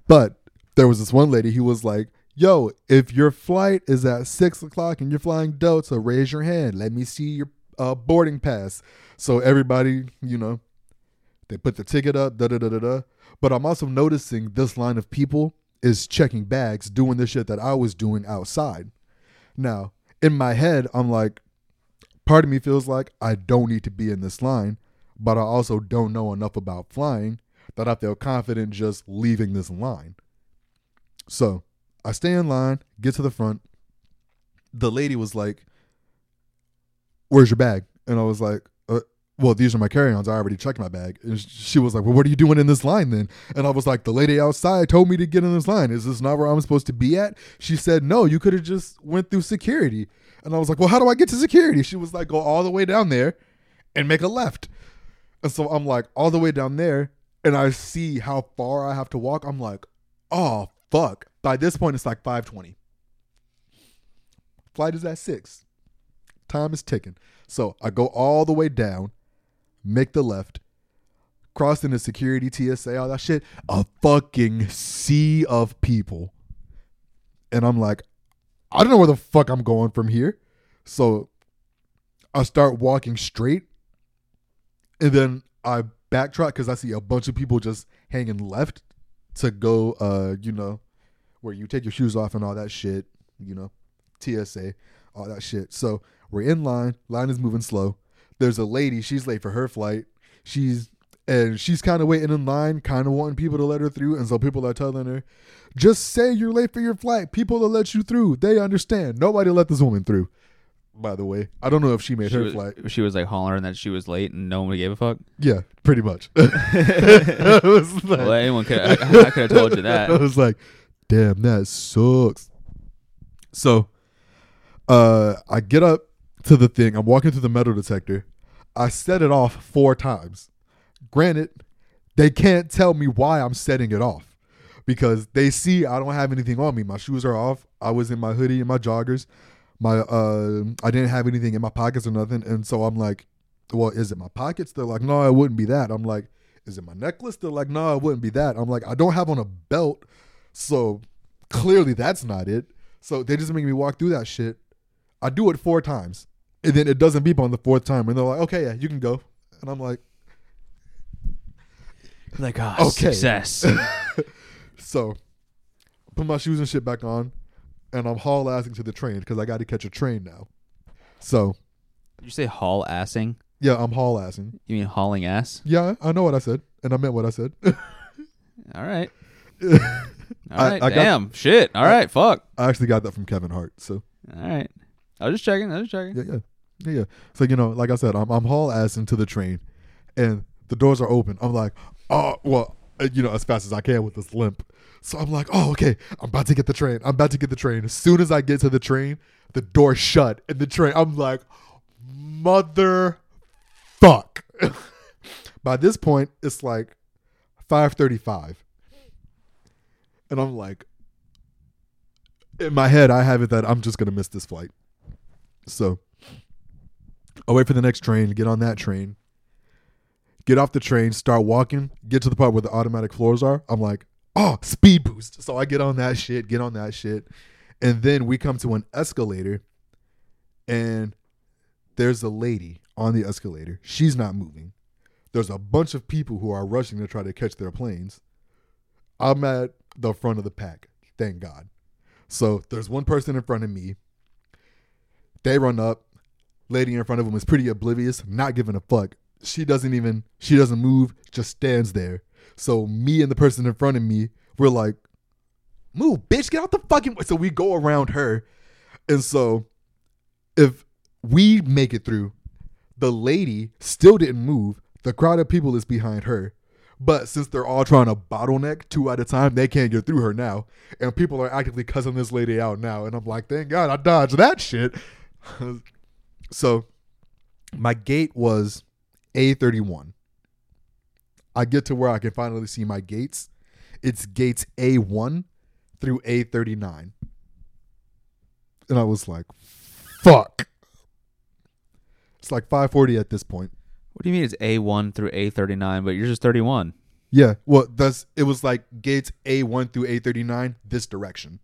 But there was this one lady who was like, yo, if your flight is at six o'clock and you're flying Delta, raise your hand. Let me see your uh, boarding pass. So everybody, you know, they put the ticket up, da da da da da. But I'm also noticing this line of people is checking bags, doing the shit that I was doing outside. Now, in my head, I'm like, part of me feels like I don't need to be in this line, but I also don't know enough about flying that I feel confident just leaving this line. So I stay in line, get to the front. The lady was like, Where's your bag? And I was like, uh, Well, these are my carry ons. I already checked my bag. And sh- she was like, Well, what are you doing in this line then? And I was like, The lady outside told me to get in this line. Is this not where I'm supposed to be at? She said, No, you could have just went through security. And I was like, Well, how do I get to security? She was like, Go all the way down there and make a left. And so I'm like all the way down there and I see how far I have to walk. I'm like, oh fuck. By this point it's like 520. Flight is at six. Time is ticking. So I go all the way down, make the left, crossing the security, TSA, all that shit. A fucking sea of people. And I'm like, I don't know where the fuck I'm going from here. So I start walking straight and then I backtrack because I see a bunch of people just hanging left to go, uh, you know, where you take your shoes off and all that shit, you know, TSA, all that shit. So we're in line. Line is moving slow. There's a lady. She's late for her flight. She's and she's kind of waiting in line, kind of wanting people to let her through. And so people are telling her, just say you're late for your flight. People will let you through. They understand. Nobody let this woman through. By the way, I don't know if she made
She
her
was,
flight.
she was like hollering that she was late and no one gave a fuck.
Yeah, pretty much. I was like,
Well, anyone could I, I could have told you
I
that.
was like, damn, that sucks. So uh I get up to the thing, I'm walking through the metal detector. I set it off four times. Granted, they can't tell me why I'm setting it off because they see I don't have anything on me. My shoes are off. I was in my hoodie and my joggers. My uh I didn't have anything in my pockets or nothing. And so I'm like, well, is it my pockets? They're like, no, it wouldn't be that. I'm like, is it my necklace? They're like, no, it wouldn't be that. I'm like, I don't have on a belt, so clearly that's not it. So they just make me walk through that shit. I do it four times, and then it doesn't beep on the fourth time, and they're like, okay, yeah, you can go. And I'm like,
Like, ah,
Okay.
success.
so put my shoes and shit back on, and I'm haul assing to the train because I got to catch a train now. So
you say haul assing?
yeah, I'm haul assing.
You mean hauling ass?
Yeah, I know what I said, and I meant what I said.
All right. All
I-
right.
I got-
damn. shit. All right. Fuck.
I actually got that from Kevin Hart. So.
All right. I was just checking. I was just checking.
Yeah, yeah, yeah, yeah. So you know, like I said, I'm I'm haul ass into the train, and the doors are open. I'm like, oh well, uh, you know, as fast as I can with this limp. So I'm like, oh okay, I'm about to get the train. I'm about to get the train. As soon as I get to the train, the door shut and the train. I'm like, mother, fuck. By this point, it's like 5:35, and I'm like. In my head, I have it that I'm just gonna miss this flight. So I wait for the next train, get on that train, get off the train, start walking, get to the part where the automatic floors are. I'm like, oh, speed boost. So I get on that shit, get on that shit. And then we come to an escalator, and there's a lady on the escalator. She's not moving. There's a bunch of people who are rushing to try to catch their planes. I'm at the front of the pack, thank God. So there's one person in front of me. They run up. Lady in front of him is pretty oblivious, not giving a fuck. She doesn't even she doesn't move, just stands there. So me and the person in front of me, we're like, "Move, bitch, get out the fucking." way." So we go around her, and so if we make it through, the lady still didn't move. The crowd of people is behind her. But since they're all trying to bottleneck two at a time, they can't get through her now. And people are actively cussing this lady out now. And I'm like, thank God I dodged that shit. so my gate was A31. I get to where I can finally see my gates. It's gates A1 through A39. And I was like, fuck. It's like 540 at this point.
What do you mean it's A1 through A39, but you're just 31?
Yeah. Well, that's it was like gates A1 through A39 this direction.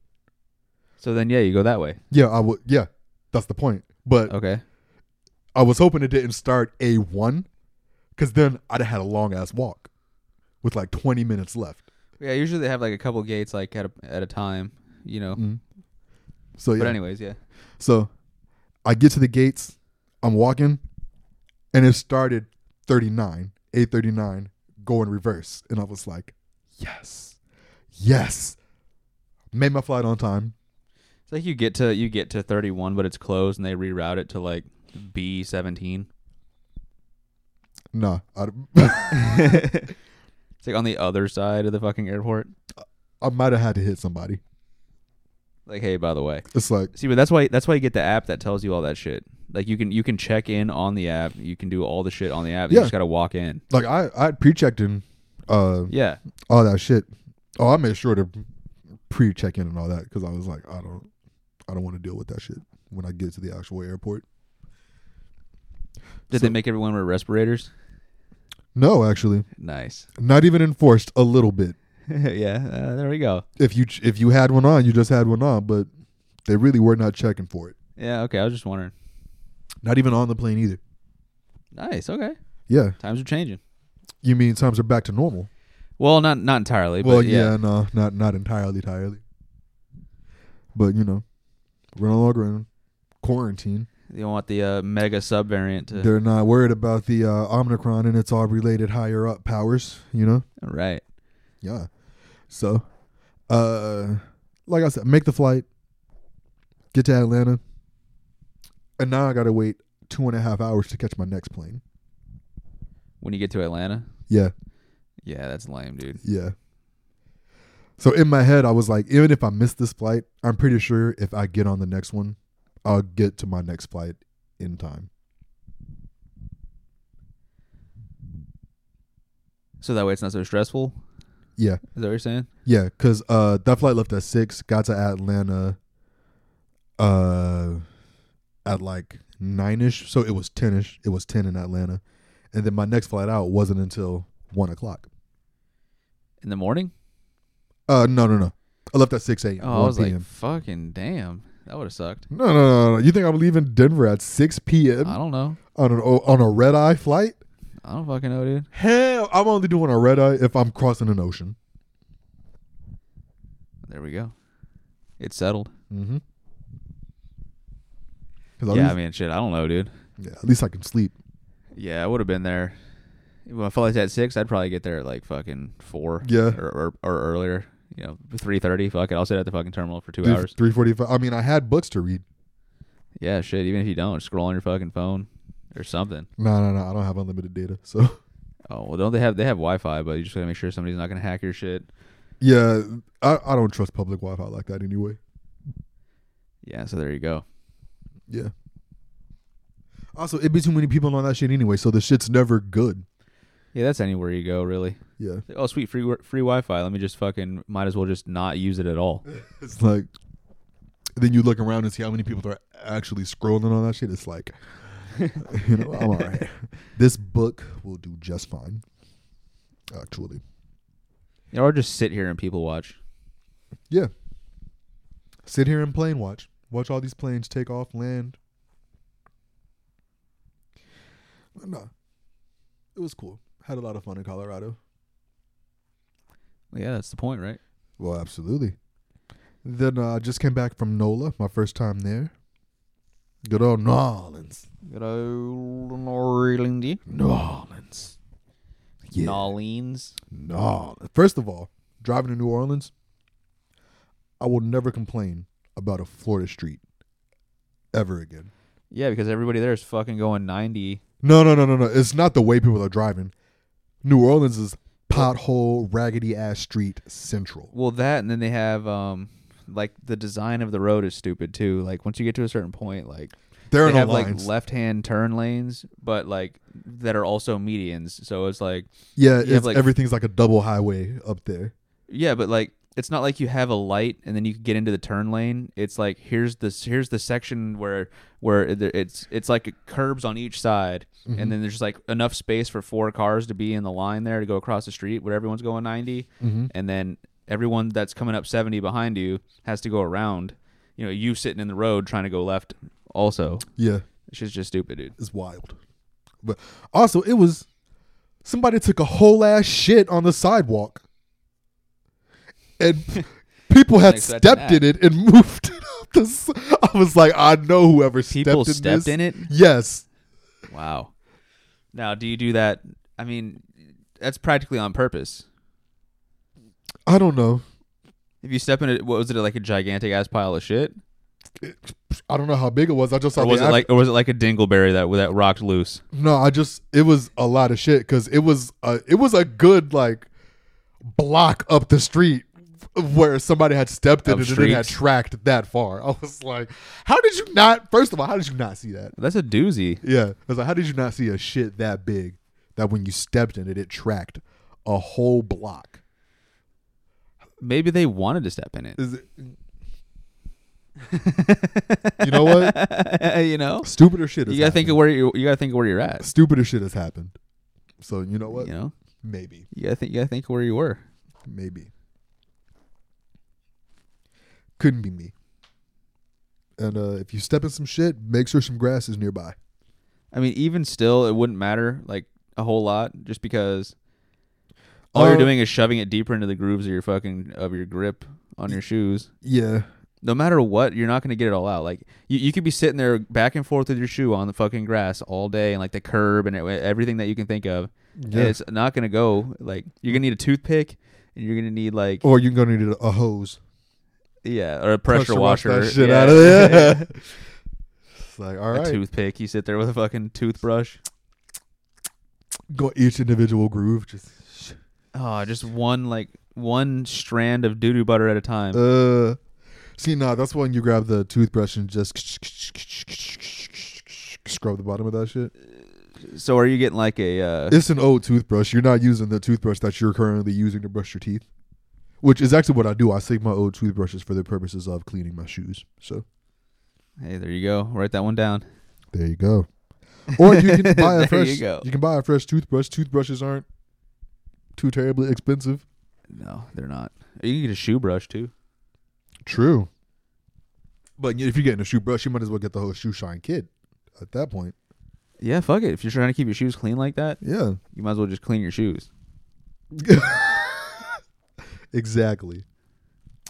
So then, yeah, you go that way.
Yeah, I would yeah. That's the point. But
Okay.
I was hoping it didn't start A1 cuz then I'd have had a long ass walk with like 20 minutes left.
Yeah, usually they have like a couple gates like at a, at a time, you know.
So Mm, yeah.
But anyways, yeah.
So I get to the gates, I'm walking, and it started 39, 839, go in reverse. And I was like, yes, yes. Made my flight on time.
It's like you get to you get to 31, but it's closed and they reroute it to like B17.
Nah, I,
it's like on the other side of the fucking airport.
I might have had to hit somebody.
Like, hey, by the way.
It's like,
See, but that's why that's why you get the app that tells you all that shit. Like you can you can check in on the app, you can do all the shit on the app. You
Yeah.
just got to walk in.
like I, I pre-checked in, uh,
Yeah.
all that shit. Oh, I made sure to pre-check in and all that because I was like, I don't, I don't want to deal with that shit when I get to the actual airport.
Did
So-
they make everyone wear respirators?
No, actually,
Nice.
not even enforced a little bit.
yeah, uh, there we go.
if you if you had one on, you just had one on, but they really were not checking for it.
Yeah, okay. I was just wondering.
Not even on the plane either.
Nice. Okay.
Yeah,
Times are changing.
you mean times are back to normal?
Well, not not entirely,
Well,
but
yeah,
yeah.
no, not not entirely, entirely. But you know, we're no longer in quarantine.
You don't want the uh, mega sub variant to.
They're not worried about the uh, Omicron and its all related higher up powers, you know?
Right.
Yeah. So, uh, like I said, make the flight, get to Atlanta, and now I gotta wait two and a half hours to catch my next plane.
When you get to Atlanta.
Yeah,
Yeah, that's lame, dude.
yeah. So in my head, I was like, even if I miss this flight, I'm pretty sure if I get on the next one, I'll get to my next flight in time.
So that way it's not so stressful.
Yeah,
Is that what you're saying?
yeah. Cause uh, that flight left at six, got to Atlanta, uh, at like nine ish. So it was ten ish. It was ten in Atlanta, and then my next flight out wasn't until one o'clock.
In the morning?
Uh, no, no, no. I left at six a.m.
Oh, I
1
was
p.m.
like, fucking damn. That would have sucked.
No, no, no, no. You think I'm leaving Denver at 6
I
p.m.
don't know.
on an on a red eye flight?
I don't fucking know, dude.
Hell, I'm only doing a red eye if I'm crossing an ocean.
There we go. It's settled.
Mm-hmm.
yeah, I mean, shit. I don't know, dude.
yeah, at least I can sleep.
Yeah, I would have been there. When I flight's at six, I'd probably get there at like fucking four.
Yeah.
Or or, or earlier. You know, three thirty. Fuck it. I'll sit at the fucking terminal for two
Dude,
hours.
3:45. I mean, I had books to read.
Yeah, shit. Even if you don't, scroll on your fucking phone or something.
No, no, no. I don't have unlimited data, so
Oh well, don't they have they have Wi-Fi? But you just gotta make sure somebody's not gonna hack your shit.
yeah, I, I don't trust public Wi-Fi like that anyway.
Yeah. So there you go.
Yeah. Also, it'd be too many people on that shit anyway, so the shit's never good.
Yeah, that's anywhere you go, really.
Yeah,
Oh, sweet free wi- free Wi-Fi. Let me just fucking might as well just not use it at all.
it's like then you look around and see how many people are actually scrolling on that shit. It's like you know, I'm all right. This book will do just fine. Actually,
You know, or just sit here and people watch.
yeah. Sit here and plane watch. Watch all these planes take off, land. But nah, it was cool. Had a lot of fun in Colorado.
Yeah, that's the point, right?
Well, absolutely. Then uh, I just came back from NOLA, my first time there. Good old New Orleans.
Good old New Orleans.
New Orleans. Yeah.
New Orleans.
No. First of all, driving to New Orleans, I will never complain about a Florida street ever again.
Yeah, because everybody there is fucking going ninety.
No, no, no, no, no. It's not the way people are driving. New Orleans is pothole, raggedy ass street central.
Well, that and then they have um, like the design of the road is stupid too. Like once you get to a certain point, like
There are
they
no
have
lines.
like left-hand turn lanes, but like that are also medians. So it's like
yeah,
you have,
it's,
like-
everything's like a double highway up there.
yeah, but like it's not like you have a light and then you can get into the turn lane. It's like here's this here's the section where where it- it's it's like curbs on each side, and then there's just like enough space for four cars to be in the line there to go across the street where everyone's going 90
Mm-hmm.
and then everyone that's coming up seventy behind you has to go around. You know, you sitting in the road trying to go left. Also,
Yeah,
it's just just stupid, dude.
it's wild. But also, it was somebody took a whole ass shit on the sidewalk, and people had
Wasn't expecting
stepped in it and moved it up. The, s- I was like, I know whoever
People
stepped in
stepped
this.
in it.
Yes,
Wow. Now, do you do that? I mean, that's practically on purpose.
I don't know.
If you step in it, what was it like a gigantic ass pile of shit,
I don't know how big it was. I just saw
or was
the
it
ad-
like, or was it like a dingleberry that that rocked loose?
no. I just it was a lot of shit because it was a it was a good like block up the street where somebody had stepped in
Up
it and then had
streets.
tracked that far. I was like, how did you not? First of all, how did you not see that?
That's a doozy.
Yeah. I was like, how did you not see a shit that big that when you stepped in it, it tracked a whole block?
Maybe they wanted to step in it.
Is it, you know what?
you know,
Stupider shit has
you gotta think
happened.
of where you you gotta think of where you're at.
Stupider shit has happened. So you know what?
You know,
Maybe.
you gotta think you gotta think of where you were.
Maybe. Couldn't be me. And uh, if you step in some shit, make sure some grass is nearby.
I mean, even still, it wouldn't matter like a whole lot, just because all you're
Uh,
doing is shoving it deeper into the grooves of your fucking of your grip on your shoes.
Yeah.
no matter what, you're not going to get it all out. Like you, you could be sitting there back and forth with your shoe on the fucking grass all day and like the curb and e- everything that you can think of. and
Yeah.
It's not going to go. Like you're going to need a toothpick and you're going to need like
Or you're gonna need a, a hose.
yeah, or a pressure,
wash
washer.
that shit
yeah.
out of there. it's like all
a
right,
toothpick. You sit there with a fucking toothbrush.
go each individual groove. Just
Oh, just one like one strand of doo doo butter at a time.
uh, see now that's when you grab the toothbrush and just scrub the bottom of that shit.
so are you getting like a uh,
It's an old toothbrush. You're not using the toothbrush that you're currently using to brush your teeth, which is actually what I do. I save my old toothbrushes for the purposes of cleaning my shoes. So
Hey, there you go. Write that one down.
there you go. Or you can buy a
There
fresh.
you go.
can buy a fresh toothbrush. Toothbrushes aren't too terribly expensive.
No, they're not. You can get a shoe brush too.
True. But if you're getting a shoe brush, you might as well get the whole shoe shine kit. At that point,
Yeah, fuck it. If you're trying to keep your shoes clean like that,
yeah,
you might as well just clean your shoes.
exactly,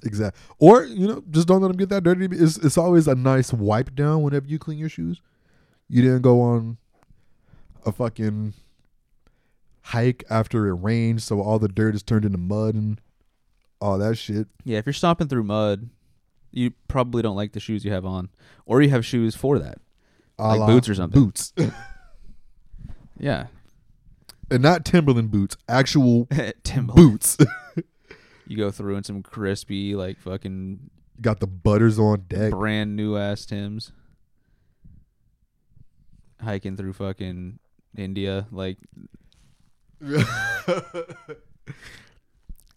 exactly. Or you know, just don't let them get that dirty. It's it's always a nice wipe down whenever you clean your shoes. You didn't go on a fucking hike after it rained, so all the dirt is turned into mud and all that shit.
Yeah, if you're stomping through mud, you probably don't like the shoes you have on, or you have shoes for that,
A
like
la
boots or something.
boots,
Yeah,
and not Timberland boots, actual
Timberland.
boots.
You go through in some crispy, like fucking
Got the butters on deck.
brand new ass Tim's. Hiking through fucking India, like
you,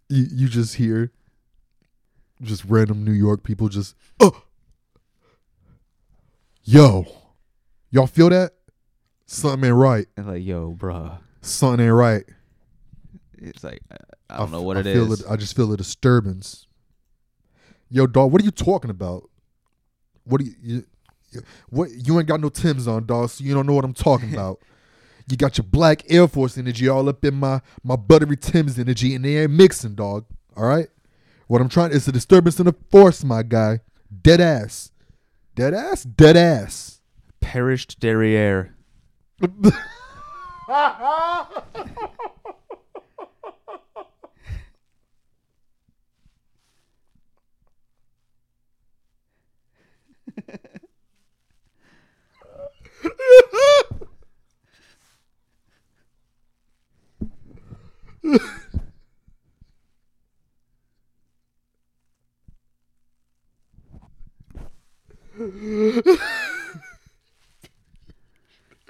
you just hear just random New York people just oh yo y'all feel that something ain't right
and like yo, bruh.
something ain't right
It's like I- I don't know
f-
what
I
it
feel
is.
I just feel a disturbance yo dog what are you talking about what do you, you you- what you ain't got no Tim's on dog so you don't know what I'm talking about you got your black Air Force energy all up in my my buttery Tim's energy and they ain't mixing dog all right what I'm trying is a disturbance in the force my guy dead ass dead ass dead ass
Perished derriere.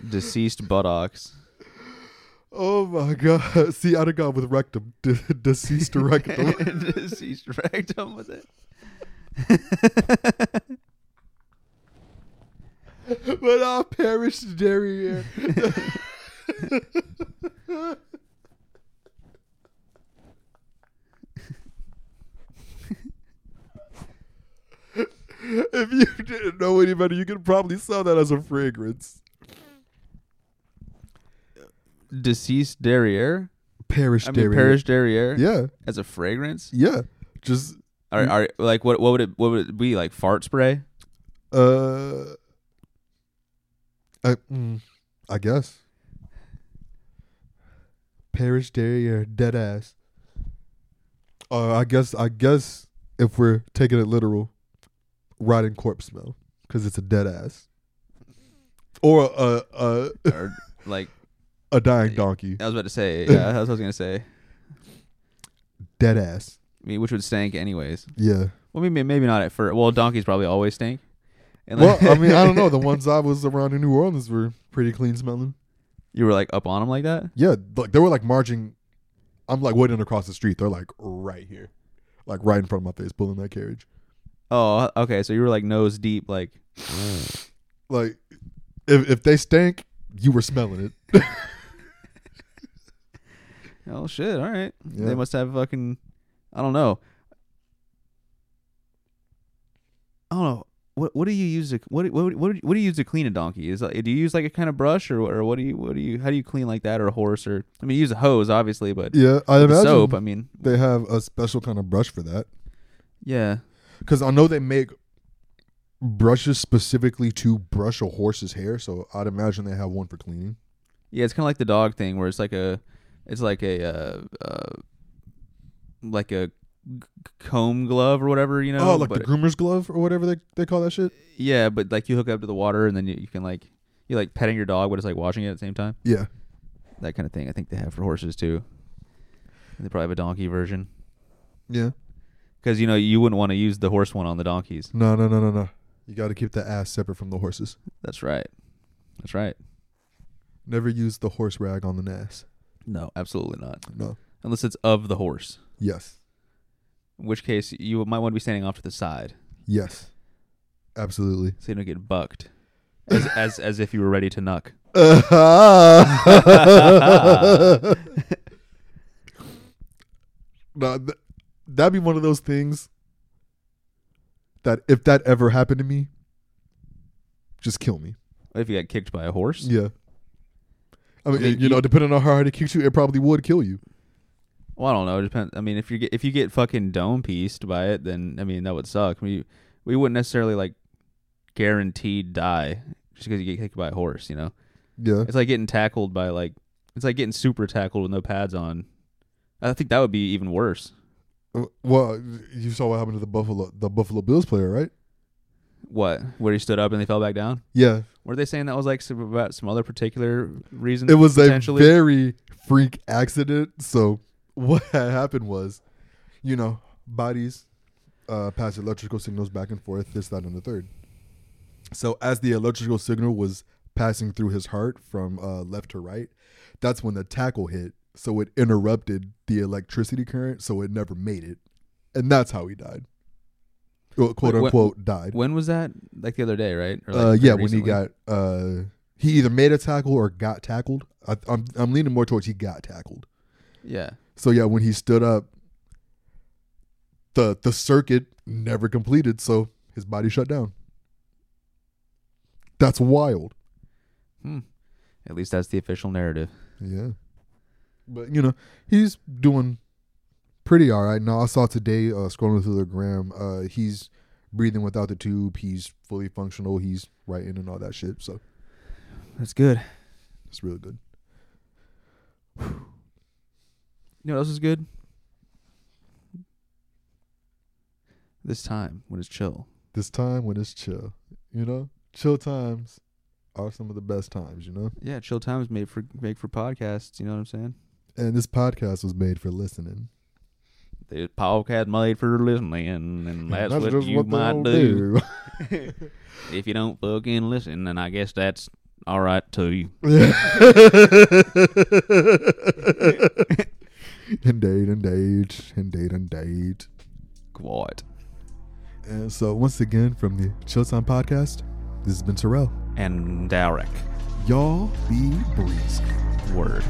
Deceased buttocks.
oh my god see I'd have gone with rectum De- deceased rectum
Deceased rectum with it.
but I perished derriere. if you didn't know any better, you could probably sell that as a fragrance.
Deceased derriere.
Perished
I mean, perished derriere.
Yeah,
As a fragrance.
yeah. Just
All right, all right. Like what? What would it? What would it be? Like fart spray?
uh, I, mm, I guess. Perished derriere, dead ass. Uh, I guess. I guess if we're taking it literal, rotting corpse smell because it's a dead ass, or a a,
Or like
a dying donkey,
I was about to say. Yeah, that's what I was gonna say.
dead ass.
I mean, which would stink anyways.
Yeah.
Well, maybe maybe not at first. Well, donkeys probably always stink. And
Well,
like-
I mean, I don't know. The ones I was around in New Orleans were pretty clean smelling.
you were like up on them like that.
Yeah, like they were like marching. I'm like waiting across the street. They're like right here, like right in front of my face, pulling that carriage.
Oh, okay. So you were like nose deep, like
Like if if they stank, you were smelling it.
oh shit. All right,
Yeah.
they must have fucking. I don't know. I don't know. What what do you use to what what what do you- what do you use to clean a donkey? Is like, do you use like a kind of brush or or what do you what do you how do you clean like that or a horse or I mean you use a hose obviously but
yeah, I
with
imagine
soap I mean
they have a special kind of brush for that.
yeah
because I know they make brushes specifically to brush a horse's hair, so I'd imagine they have one for cleaning.
Yeah, it's kind of like the dog thing where it's like a, it's like a, uh, uh like a g- comb glove or whatever you know.
oh, like the
but
groomer's glove or whatever they, they call that shit.
yeah, but like you hook up to the water and then you, you can like you like petting your dog, but it's like washing it at the same time.
Yeah,
That kind of thing. I think they have for horses too. And they probably have a donkey version
yeah.
because you know you wouldn't want to use the horse one on the donkeys.
No, no, no, no, no. You got to keep the ass separate from the horses.
That's right. That's right.
Never use the horse rag on the ass.
No, absolutely not.
No.
Unless it's of the horse,
Yes.
in which case you might want to be standing off to the side
Yes. Absolutely.
so you don't get bucked, as as, as if you were ready to knuck.
no, th- that'd be one of those things that if that ever happened to me, just kill me.
If you got kicked by a horse,
Yeah. I mean,
mean,
you,
you-
know, depending on how hard it kicks you, it probably would kill you.
well, I don't know. It depends. I mean, if you get if you get fucking dome pieced by it, then I mean that would suck. We we wouldn't necessarily like guaranteed die just because you get kicked by a horse. You know,
Yeah.
it's like getting tackled by like it's like getting super tackled with no pads on. I think that would be even worse.
Uh, Well, you saw what happened to the Buffalo the Buffalo Bills player, right?
What? Where he stood up and they fell back down?
Yeah.
Were they saying that was like some, about some other particular reason?
It was a
potentially?
very freak accident. So what had happened was, you know, bodies uh, pass electrical signals back and forth, this, that, and the third. So as the electrical signal was passing through his heart from uh, left to right, that's when the tackle hit. So it interrupted the electricity current, so it never made it, and that's how he died. Well, quote
Wait, when-
unquote died.
when was that? Like the other day, right? Or like
Uh, yeah,
recently?
when he got uh, he either made a tackle or got tackled. I, I'm I'm leaning more towards he got tackled.
yeah.
So yeah, when he stood up, the the circuit never completed, so his body shut down. That's wild.
Hmm. At least that's the official narrative.
Yeah, but you know he's doing pretty all right now. I saw today uh, scrolling through the gram, uh, he's breathing without the tube. He's fully functional. He's writing and all that shit. So
That's good.
it's really good.
You know what else is good? This time when it's chill.
this time when it's chill. You know, chill times are some of the best times. You know,
Yeah, chill times made for make for podcasts. You know what I'm saying?
and this podcast was made for listening.
The podcast made for listening, and that's,
And
what
just
you
they
might
all
do. If you don't fucking listen, then I guess that's all right too.
indeed, indeed, indeed, indeed.
Quiet.
And so, once again, from the Chill Time Podcast, this has been Terrell.
And Derek.
Y'all be breezy.
Word.